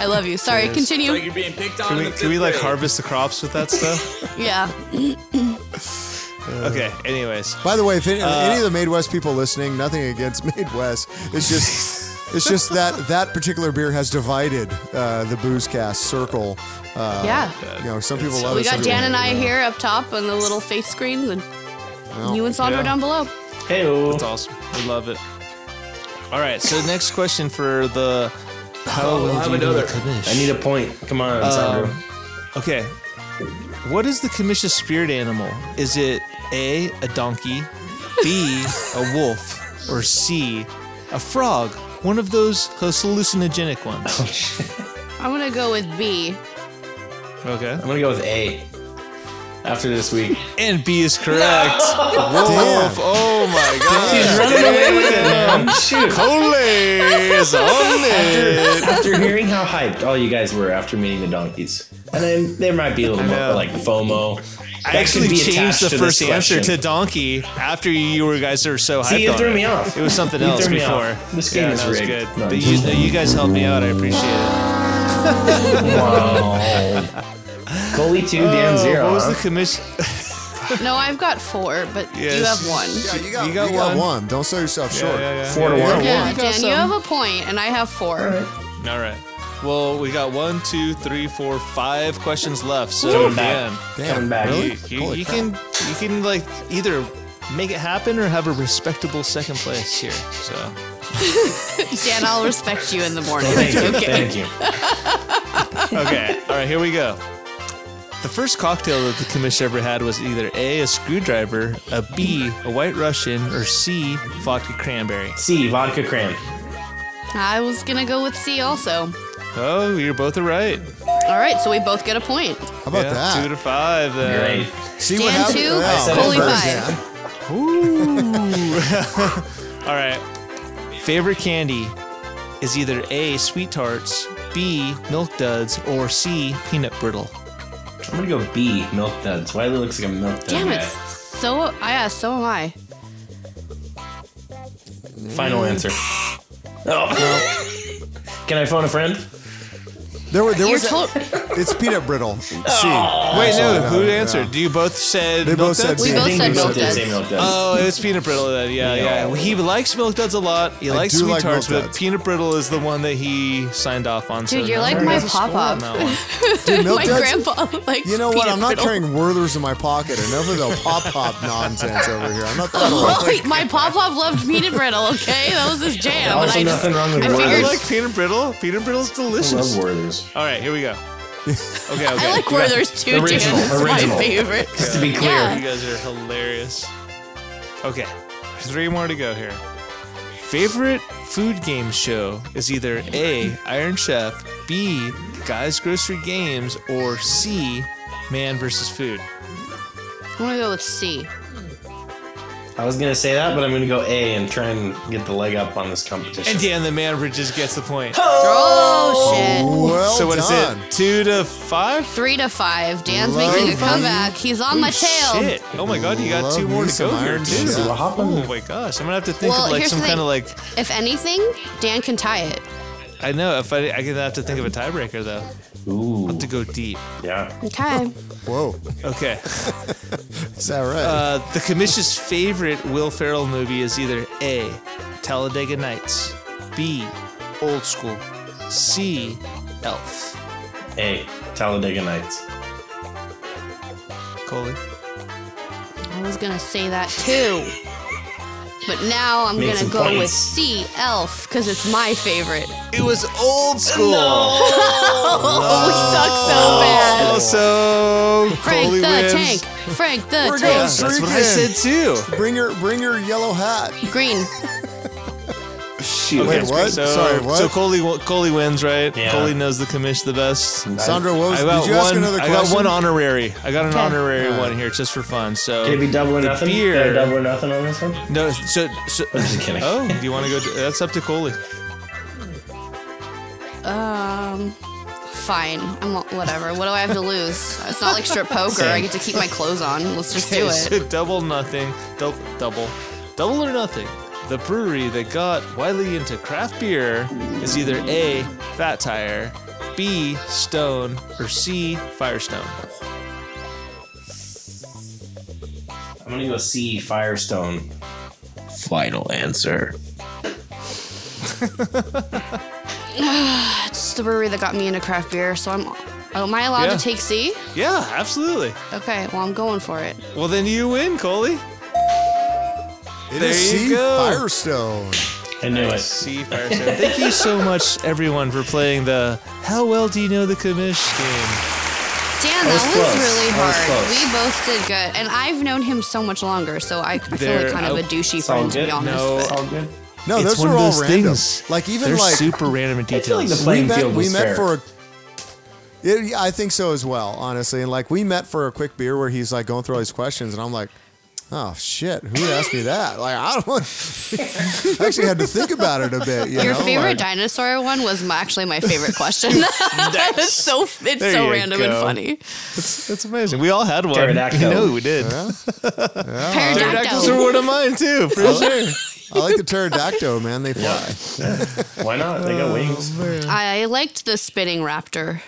[SPEAKER 6] I love you. Sorry,
[SPEAKER 7] Yes.
[SPEAKER 6] continue.
[SPEAKER 12] Like you're being picked on.
[SPEAKER 7] Can
[SPEAKER 12] in
[SPEAKER 7] we,
[SPEAKER 12] the
[SPEAKER 7] can we
[SPEAKER 12] fifth
[SPEAKER 7] like
[SPEAKER 12] grade.
[SPEAKER 7] harvest the crops with that stuff?
[SPEAKER 6] Yeah.
[SPEAKER 7] okay. Anyways.
[SPEAKER 5] By the way, if any,
[SPEAKER 7] Uh,
[SPEAKER 5] any of the Made West people listening, nothing against Made West. It's just it's just that that particular beer has divided uh, the booze cast circle. Uh,
[SPEAKER 6] Yeah.
[SPEAKER 5] You know, some people love
[SPEAKER 6] we
[SPEAKER 5] it. some
[SPEAKER 6] got
[SPEAKER 5] people
[SPEAKER 6] Dan and
[SPEAKER 5] don't.
[SPEAKER 6] I here up top on the little face screens, and
[SPEAKER 5] Well,
[SPEAKER 6] you and Sandro
[SPEAKER 7] yeah.
[SPEAKER 6] down below.
[SPEAKER 8] Hey,
[SPEAKER 7] That's awesome. We love it. All right. So next question for the. How
[SPEAKER 8] Oh, I
[SPEAKER 7] well
[SPEAKER 8] have
[SPEAKER 7] do you know
[SPEAKER 8] another.
[SPEAKER 7] the commish?
[SPEAKER 8] I need a point. Come on,
[SPEAKER 7] Um,
[SPEAKER 8] Sandro.
[SPEAKER 7] Okay. What is the Kamish's spirit animal? Is it A, a donkey, B, a wolf, or C, a frog? One of those hallucinogenic ones.
[SPEAKER 6] I'm gonna go with B.
[SPEAKER 7] okay.
[SPEAKER 8] I'm gonna go with A. After this week,
[SPEAKER 7] And B is correct.
[SPEAKER 5] Damn.
[SPEAKER 7] Wolf. Oh my god.
[SPEAKER 8] she's running away with it, man. Um, Shoot.
[SPEAKER 7] Holy is on it.
[SPEAKER 8] After hearing how hyped all you guys were after meeting the donkeys, and then there might be a little more
[SPEAKER 7] know.
[SPEAKER 8] like FOMO. That
[SPEAKER 7] I actually
[SPEAKER 8] could be
[SPEAKER 7] changed
[SPEAKER 8] attached
[SPEAKER 7] the
[SPEAKER 8] to this
[SPEAKER 7] first answer
[SPEAKER 8] question.
[SPEAKER 7] to donkey after you were guys are so hyped.
[SPEAKER 8] See, you
[SPEAKER 7] on
[SPEAKER 8] threw me off.
[SPEAKER 7] It was something
[SPEAKER 8] You
[SPEAKER 7] else
[SPEAKER 8] threw me
[SPEAKER 7] before.
[SPEAKER 8] off. This game
[SPEAKER 7] Yeah,
[SPEAKER 8] is
[SPEAKER 7] that was
[SPEAKER 8] rigged.
[SPEAKER 7] good.
[SPEAKER 8] No,
[SPEAKER 7] But
[SPEAKER 8] I'm
[SPEAKER 7] you,
[SPEAKER 8] just-
[SPEAKER 7] you guys helped me out. I appreciate it.
[SPEAKER 8] Wow. Coley two, Dan
[SPEAKER 7] Oh,
[SPEAKER 8] zero.
[SPEAKER 7] What was
[SPEAKER 8] huh?
[SPEAKER 7] the commission?
[SPEAKER 6] No, I've got four, but you
[SPEAKER 7] Yes.
[SPEAKER 6] have one.
[SPEAKER 5] Yeah, you got,
[SPEAKER 7] You got
[SPEAKER 5] you got
[SPEAKER 7] one.
[SPEAKER 5] one. Don't sell yourself
[SPEAKER 7] Yeah,
[SPEAKER 5] short.
[SPEAKER 7] yeah, yeah.
[SPEAKER 8] Four to
[SPEAKER 5] You got
[SPEAKER 8] one.
[SPEAKER 6] Yeah,
[SPEAKER 5] one.
[SPEAKER 7] got
[SPEAKER 6] Dan, you
[SPEAKER 7] some.
[SPEAKER 6] have a point, and I have four.
[SPEAKER 7] All right. Well, we got one, two, three, four, five questions left. So
[SPEAKER 8] Coming
[SPEAKER 7] Dan,
[SPEAKER 8] back.
[SPEAKER 5] Damn.
[SPEAKER 8] Coming back.
[SPEAKER 5] Really?
[SPEAKER 7] you, you,
[SPEAKER 5] Holy
[SPEAKER 7] you
[SPEAKER 5] crap.
[SPEAKER 7] can you can like either make it happen or have a respectable second place here. So
[SPEAKER 6] Dan, I'll respect you in the morning.
[SPEAKER 8] Thank you.
[SPEAKER 6] Okay.
[SPEAKER 8] Thank you.
[SPEAKER 7] okay. All right, here we go. The first cocktail that the commission ever had was either A, a screwdriver, a B, a white Russian, or C, vodka cranberry.
[SPEAKER 8] C vodka cram.
[SPEAKER 6] I was gonna go with C also.
[SPEAKER 7] Oh, you're both are right.
[SPEAKER 6] All right, so we both get a point.
[SPEAKER 5] How about
[SPEAKER 7] yeah, Two
[SPEAKER 5] that?
[SPEAKER 7] to five. Then.
[SPEAKER 8] Great.
[SPEAKER 5] See
[SPEAKER 6] Dan two,
[SPEAKER 5] Yeah.
[SPEAKER 8] said it
[SPEAKER 6] Coley
[SPEAKER 8] first,
[SPEAKER 6] five.
[SPEAKER 7] All right. Favorite candy is either A, sweet tarts, B, milk duds, or C, peanut brittle.
[SPEAKER 8] I'm gonna go B milk duds. Wiley looks like a milk dud
[SPEAKER 6] Damn it!
[SPEAKER 8] guy.
[SPEAKER 6] So I yeah, so am I.
[SPEAKER 8] Final answer. Mm. Oh. Can I phone a friend?
[SPEAKER 5] There, were, there
[SPEAKER 6] You're
[SPEAKER 5] was.
[SPEAKER 6] told.
[SPEAKER 5] it's peanut brittle. See.
[SPEAKER 7] Oh, Wait, no,
[SPEAKER 5] no,
[SPEAKER 7] who
[SPEAKER 5] no.
[SPEAKER 7] answered? Do you both said
[SPEAKER 5] They
[SPEAKER 7] milk
[SPEAKER 5] both said
[SPEAKER 7] duds?
[SPEAKER 6] We
[SPEAKER 5] B.
[SPEAKER 6] both
[SPEAKER 8] I think
[SPEAKER 6] said
[SPEAKER 8] we
[SPEAKER 6] milk
[SPEAKER 8] both did
[SPEAKER 6] duds.
[SPEAKER 8] say milk duds.
[SPEAKER 7] Oh, it's peanut brittle then. Yeah, yeah.
[SPEAKER 8] No.
[SPEAKER 7] He likes milk duds a lot. He
[SPEAKER 5] I
[SPEAKER 7] likes
[SPEAKER 5] do
[SPEAKER 7] sweet
[SPEAKER 5] like milk
[SPEAKER 7] tarts, but
[SPEAKER 5] duds.
[SPEAKER 7] peanut brittle is the one that he signed off on.
[SPEAKER 6] Dude,
[SPEAKER 7] so
[SPEAKER 6] you're
[SPEAKER 7] no,
[SPEAKER 6] like
[SPEAKER 7] he
[SPEAKER 6] my
[SPEAKER 7] has a score
[SPEAKER 6] pop-up.
[SPEAKER 7] on that one.
[SPEAKER 5] Dude, milk
[SPEAKER 6] My
[SPEAKER 5] duds-
[SPEAKER 6] grandpa like.
[SPEAKER 5] You know what? I'm not
[SPEAKER 6] carrying.
[SPEAKER 5] carrying Werther's in my pocket. Enough of the pop pop nonsense over here. I'm not that
[SPEAKER 6] Oh,
[SPEAKER 5] old.
[SPEAKER 6] wait, my pop pop loved peanut brittle. Okay, that was his jam. and
[SPEAKER 8] Also
[SPEAKER 6] I
[SPEAKER 8] nothing wrong with
[SPEAKER 6] I
[SPEAKER 8] Werther's.
[SPEAKER 7] I
[SPEAKER 6] figured,
[SPEAKER 7] like peanut brittle. Peanut brittle's
[SPEAKER 8] I love
[SPEAKER 7] delicious.
[SPEAKER 8] Werther's.
[SPEAKER 7] All right, here we go. Okay, okay.
[SPEAKER 6] I like Werther's too,
[SPEAKER 8] original,
[SPEAKER 6] Dan. It's my
[SPEAKER 8] original.
[SPEAKER 6] favorite.
[SPEAKER 8] Just to be clear.
[SPEAKER 6] Yeah.
[SPEAKER 7] You guys are hilarious. Okay, three more to go here. Favorite food game show is either A, Iron Chef, B, Guys Grocery Games, or C, Man vs. Food.
[SPEAKER 6] I'm gonna go with C.
[SPEAKER 8] I was gonna say that, but I'm gonna go A and try and get the leg up on this competition.
[SPEAKER 7] And Dan the Man just gets the point.
[SPEAKER 6] Oh, shit.
[SPEAKER 5] Well
[SPEAKER 7] so what is
[SPEAKER 5] done.
[SPEAKER 7] it? Two to five?
[SPEAKER 6] Three to five. Dan's
[SPEAKER 5] Love
[SPEAKER 6] making a
[SPEAKER 5] you.
[SPEAKER 6] comeback. He's on my tail.
[SPEAKER 7] Shit. Oh my god, you got
[SPEAKER 5] Love
[SPEAKER 7] two more
[SPEAKER 5] me
[SPEAKER 7] to
[SPEAKER 5] some
[SPEAKER 7] go here,
[SPEAKER 5] Iron
[SPEAKER 7] dude.
[SPEAKER 5] Chef.
[SPEAKER 7] Oh my gosh. I'm gonna have to think
[SPEAKER 6] Well,
[SPEAKER 7] of like
[SPEAKER 6] here's
[SPEAKER 7] some
[SPEAKER 6] the
[SPEAKER 7] kind of
[SPEAKER 6] thing.
[SPEAKER 7] like
[SPEAKER 6] If anything, Dan can tie it.
[SPEAKER 7] I know if I I gonna have to think of a tiebreaker though.
[SPEAKER 8] Ooh,
[SPEAKER 7] To go deep.
[SPEAKER 8] yeah.
[SPEAKER 6] Okay.
[SPEAKER 5] Whoa.
[SPEAKER 7] Okay.
[SPEAKER 5] Is that right?
[SPEAKER 7] Uh, the commission's favorite Will Ferrell movie is either A. Talladega Nights, B. Old School, C. Elf.
[SPEAKER 8] A Talladega Nights.
[SPEAKER 7] Coley.
[SPEAKER 6] I was gonna say that too. But now I'm
[SPEAKER 8] Make
[SPEAKER 6] gonna
[SPEAKER 8] some
[SPEAKER 6] go with
[SPEAKER 8] points.
[SPEAKER 6] C, Elf, because it's my favorite.
[SPEAKER 7] It was Old School.
[SPEAKER 6] Oh, we suck so bad.
[SPEAKER 7] So
[SPEAKER 6] Frank
[SPEAKER 7] Coley
[SPEAKER 6] the
[SPEAKER 7] wins.
[SPEAKER 6] Tank. Frank the
[SPEAKER 5] We're
[SPEAKER 7] Yeah,
[SPEAKER 6] Tank.
[SPEAKER 7] that's what I said too.
[SPEAKER 5] bring your bring your yellow hat.
[SPEAKER 6] Green.
[SPEAKER 8] Shoot.
[SPEAKER 5] Wait, what?
[SPEAKER 7] So,
[SPEAKER 5] Sorry, what?
[SPEAKER 7] So Coley, w- Coley wins, right?
[SPEAKER 5] Yeah.
[SPEAKER 7] Coley knows the commish the best.
[SPEAKER 5] Sandra, what was-
[SPEAKER 7] I got
[SPEAKER 5] did you ask
[SPEAKER 7] one-
[SPEAKER 5] another
[SPEAKER 7] I got
[SPEAKER 5] question?
[SPEAKER 7] one honorary. I got an
[SPEAKER 5] Okay.
[SPEAKER 7] honorary
[SPEAKER 5] Alright.
[SPEAKER 7] one here just for fun. So
[SPEAKER 8] Can it be double or
[SPEAKER 7] the
[SPEAKER 8] nothing?
[SPEAKER 7] Beer.
[SPEAKER 8] Can I double or nothing on this one?
[SPEAKER 7] No, so, so I'm
[SPEAKER 8] just kidding.
[SPEAKER 7] Oh, do you want to go? that's up to Coley.
[SPEAKER 6] Um, fine. I'm whatever. What do I have to lose? It's not like strip poker.
[SPEAKER 7] Same.
[SPEAKER 6] I get to keep my clothes on. Let's just
[SPEAKER 7] Okay,
[SPEAKER 6] do it.
[SPEAKER 7] so double nothing, dou- double, double or nothing. The brewery that got Wiley into craft beer is either A, Fat Tire, B, Stone, or C, Firestone.
[SPEAKER 8] I'm gonna go see Firestone. Final answer.
[SPEAKER 6] it's the brewery that got me into craft beer, so I'm. Oh, am I allowed
[SPEAKER 7] Yeah.
[SPEAKER 6] to take C?
[SPEAKER 7] Yeah, absolutely.
[SPEAKER 6] Okay, well I'm going for it.
[SPEAKER 7] Well, then you win, Coley.
[SPEAKER 5] It
[SPEAKER 7] there
[SPEAKER 5] is
[SPEAKER 7] you
[SPEAKER 5] C
[SPEAKER 7] go.
[SPEAKER 5] Firestone.
[SPEAKER 8] I knew it.
[SPEAKER 7] C, Firestone. Thank you so much, everyone, for playing the How Well Do You Know the Commish game.
[SPEAKER 6] Dan,
[SPEAKER 7] That
[SPEAKER 6] that
[SPEAKER 7] was
[SPEAKER 6] was,
[SPEAKER 7] close.
[SPEAKER 6] really
[SPEAKER 7] That was
[SPEAKER 6] hard.
[SPEAKER 7] close.
[SPEAKER 6] we both did good, and I've known him so much longer, so I, I feel
[SPEAKER 7] They're-
[SPEAKER 6] like kind of
[SPEAKER 7] I-
[SPEAKER 6] a douchey
[SPEAKER 7] it's
[SPEAKER 6] friend
[SPEAKER 7] all
[SPEAKER 6] to be
[SPEAKER 7] good.
[SPEAKER 6] honest.
[SPEAKER 7] No.
[SPEAKER 6] but-
[SPEAKER 7] It's all good.
[SPEAKER 5] No,
[SPEAKER 7] It's
[SPEAKER 5] Oh, those
[SPEAKER 7] one
[SPEAKER 5] are
[SPEAKER 7] of
[SPEAKER 5] all
[SPEAKER 7] those
[SPEAKER 5] random.
[SPEAKER 7] things.
[SPEAKER 5] Like even
[SPEAKER 7] They're
[SPEAKER 5] like
[SPEAKER 7] super random in
[SPEAKER 5] I
[SPEAKER 7] details.
[SPEAKER 5] feel like the playing we met, field we met for a it, I think so as well, honestly. And like we met for a quick beer where he's like going through all these questions, and I'm like, oh shit, who asked me that? Like I don't. I actually had to think about it a bit. You
[SPEAKER 6] Your
[SPEAKER 5] know,
[SPEAKER 6] favorite
[SPEAKER 5] like-
[SPEAKER 6] dinosaur one was my, actually my favorite question. it's so it's
[SPEAKER 7] There
[SPEAKER 6] so
[SPEAKER 7] you
[SPEAKER 6] random and
[SPEAKER 7] go.
[SPEAKER 6] funny.
[SPEAKER 7] It's, it's amazing. We all had one.
[SPEAKER 8] Pterodactyl.
[SPEAKER 7] You know we did. Oh. Pterodactyls are one of mine too, for sure.
[SPEAKER 5] I like the pterodactyl, man. They fly.
[SPEAKER 8] Why not? They got wings.
[SPEAKER 6] I liked the spitting raptor.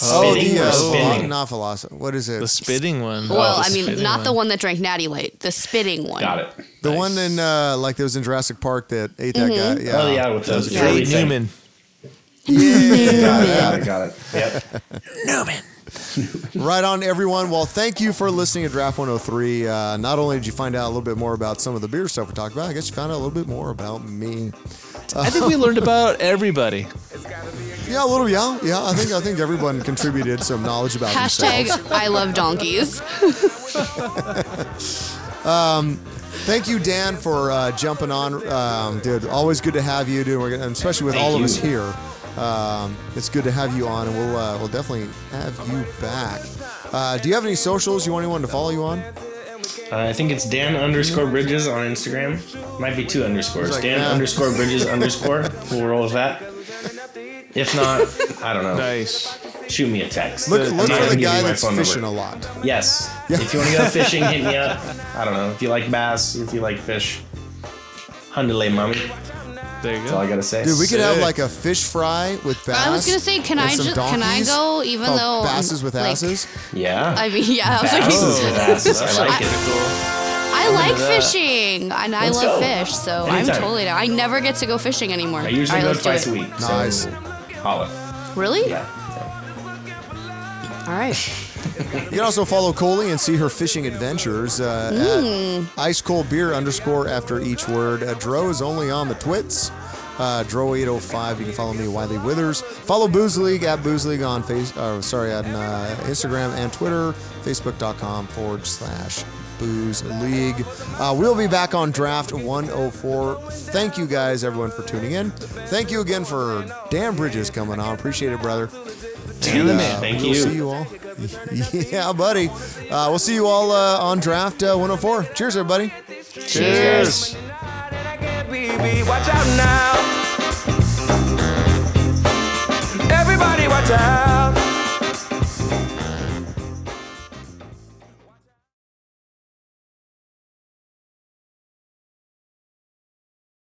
[SPEAKER 5] Oh,
[SPEAKER 8] Spitting
[SPEAKER 5] the
[SPEAKER 8] or
[SPEAKER 5] uh,
[SPEAKER 8] spinning?
[SPEAKER 5] not philosophy. What is it? The
[SPEAKER 7] Oh, spitting one.
[SPEAKER 6] well, I mean, not the one that drank Natty Light, the spitting one.
[SPEAKER 8] Got it.
[SPEAKER 5] The one in uh, like that was in Jurassic Park that ate that
[SPEAKER 6] Mhm.
[SPEAKER 7] Mm-hmm.
[SPEAKER 5] guy. Yeah.
[SPEAKER 8] Oh, yeah, with those
[SPEAKER 5] Yeah.
[SPEAKER 8] frilly thing.
[SPEAKER 7] Newman.
[SPEAKER 8] Got it. Got it. Yep.
[SPEAKER 5] Right on, everyone. Well, thank you for listening to Draft 103. Uh, not only did you find out a little bit more about some of the beer stuff we talked about, I guess you found out a little bit more about me.
[SPEAKER 7] I think we learned about everybody.
[SPEAKER 5] yeah, a little. Yeah, yeah. I think I think everyone contributed some knowledge about
[SPEAKER 6] Hashtag
[SPEAKER 5] themselves.
[SPEAKER 6] I love donkeys.
[SPEAKER 5] Um, thank you, Dan, for uh, jumping on, um, dude. Always good to have you, dude. We're gonna, and especially with
[SPEAKER 8] Thank
[SPEAKER 5] all
[SPEAKER 8] you.
[SPEAKER 5] of us here. Um, it's good to have you on, and we'll uh, we'll definitely have you back. Uh, do you have any socials you want anyone to follow you on?
[SPEAKER 8] Uh, I think it's Dan underscore Bridges on Instagram. Might be two underscores.
[SPEAKER 5] It's like,
[SPEAKER 8] Dan
[SPEAKER 5] nah.
[SPEAKER 8] underscore Bridges underscore. We'll roll with that. If not, I don't know.
[SPEAKER 7] Nice.
[SPEAKER 8] Shoot me a text.
[SPEAKER 5] Look,
[SPEAKER 8] I'm
[SPEAKER 5] look
[SPEAKER 8] not
[SPEAKER 5] for
[SPEAKER 8] gonna
[SPEAKER 5] the
[SPEAKER 8] give you
[SPEAKER 5] guy
[SPEAKER 8] my
[SPEAKER 5] that's
[SPEAKER 8] phone number.
[SPEAKER 5] fishing a lot.
[SPEAKER 8] Yes.
[SPEAKER 5] Yeah.
[SPEAKER 8] If you want to go fishing, hit me up. I don't know. If you like bass, if you like fish, Hundalay mommy.
[SPEAKER 7] There you go.
[SPEAKER 8] That's all I gotta say.
[SPEAKER 5] Dude, we could have like a fish fry with bass.
[SPEAKER 6] I was gonna say, can
[SPEAKER 5] and
[SPEAKER 6] I
[SPEAKER 5] some
[SPEAKER 6] just can I
[SPEAKER 5] donkeys
[SPEAKER 6] go even
[SPEAKER 5] called
[SPEAKER 6] though
[SPEAKER 5] basses with
[SPEAKER 6] like,
[SPEAKER 5] asses?
[SPEAKER 8] Yeah.
[SPEAKER 6] I mean, yeah, I was like,
[SPEAKER 8] Basses with asses. I like it.
[SPEAKER 6] I
[SPEAKER 8] I'm
[SPEAKER 6] like
[SPEAKER 8] into that.
[SPEAKER 6] fishing and I
[SPEAKER 8] Let's
[SPEAKER 6] love
[SPEAKER 8] go.
[SPEAKER 6] fish, so I'm
[SPEAKER 8] Anytime.
[SPEAKER 6] totally down. I never get to go fishing anymore.
[SPEAKER 8] I usually
[SPEAKER 6] All right,
[SPEAKER 8] go
[SPEAKER 6] let's do
[SPEAKER 8] twice
[SPEAKER 6] it.
[SPEAKER 8] a week. So
[SPEAKER 5] Nice.
[SPEAKER 8] Holla.
[SPEAKER 6] Really?
[SPEAKER 8] Yeah.
[SPEAKER 6] All right.
[SPEAKER 5] You can also follow Coley and see her fishing adventures uh,
[SPEAKER 6] Mm.
[SPEAKER 5] at ice cold beer underscore after each word. Uh, Dro is only on the twits. Uh, Dro805. You can follow me, Wiley Withers. Follow Booze League at Booze League on face. Uh, sorry, on uh, Instagram and Twitter. Facebook.com forward slash Booze League. Uh, we'll be back on Draft 104. Thank you guys, everyone, for tuning in. Thank you again for Dan Bridges coming on. Appreciate it, brother.
[SPEAKER 7] To the man.
[SPEAKER 8] uh, Thank
[SPEAKER 5] uh, we'll
[SPEAKER 8] you.
[SPEAKER 5] See you all. yeah, buddy. Uh, we'll see you all uh, on draft uh, 104. Cheers, everybody.
[SPEAKER 8] Cheers.
[SPEAKER 12] baby, watch out now. Everybody, watch out.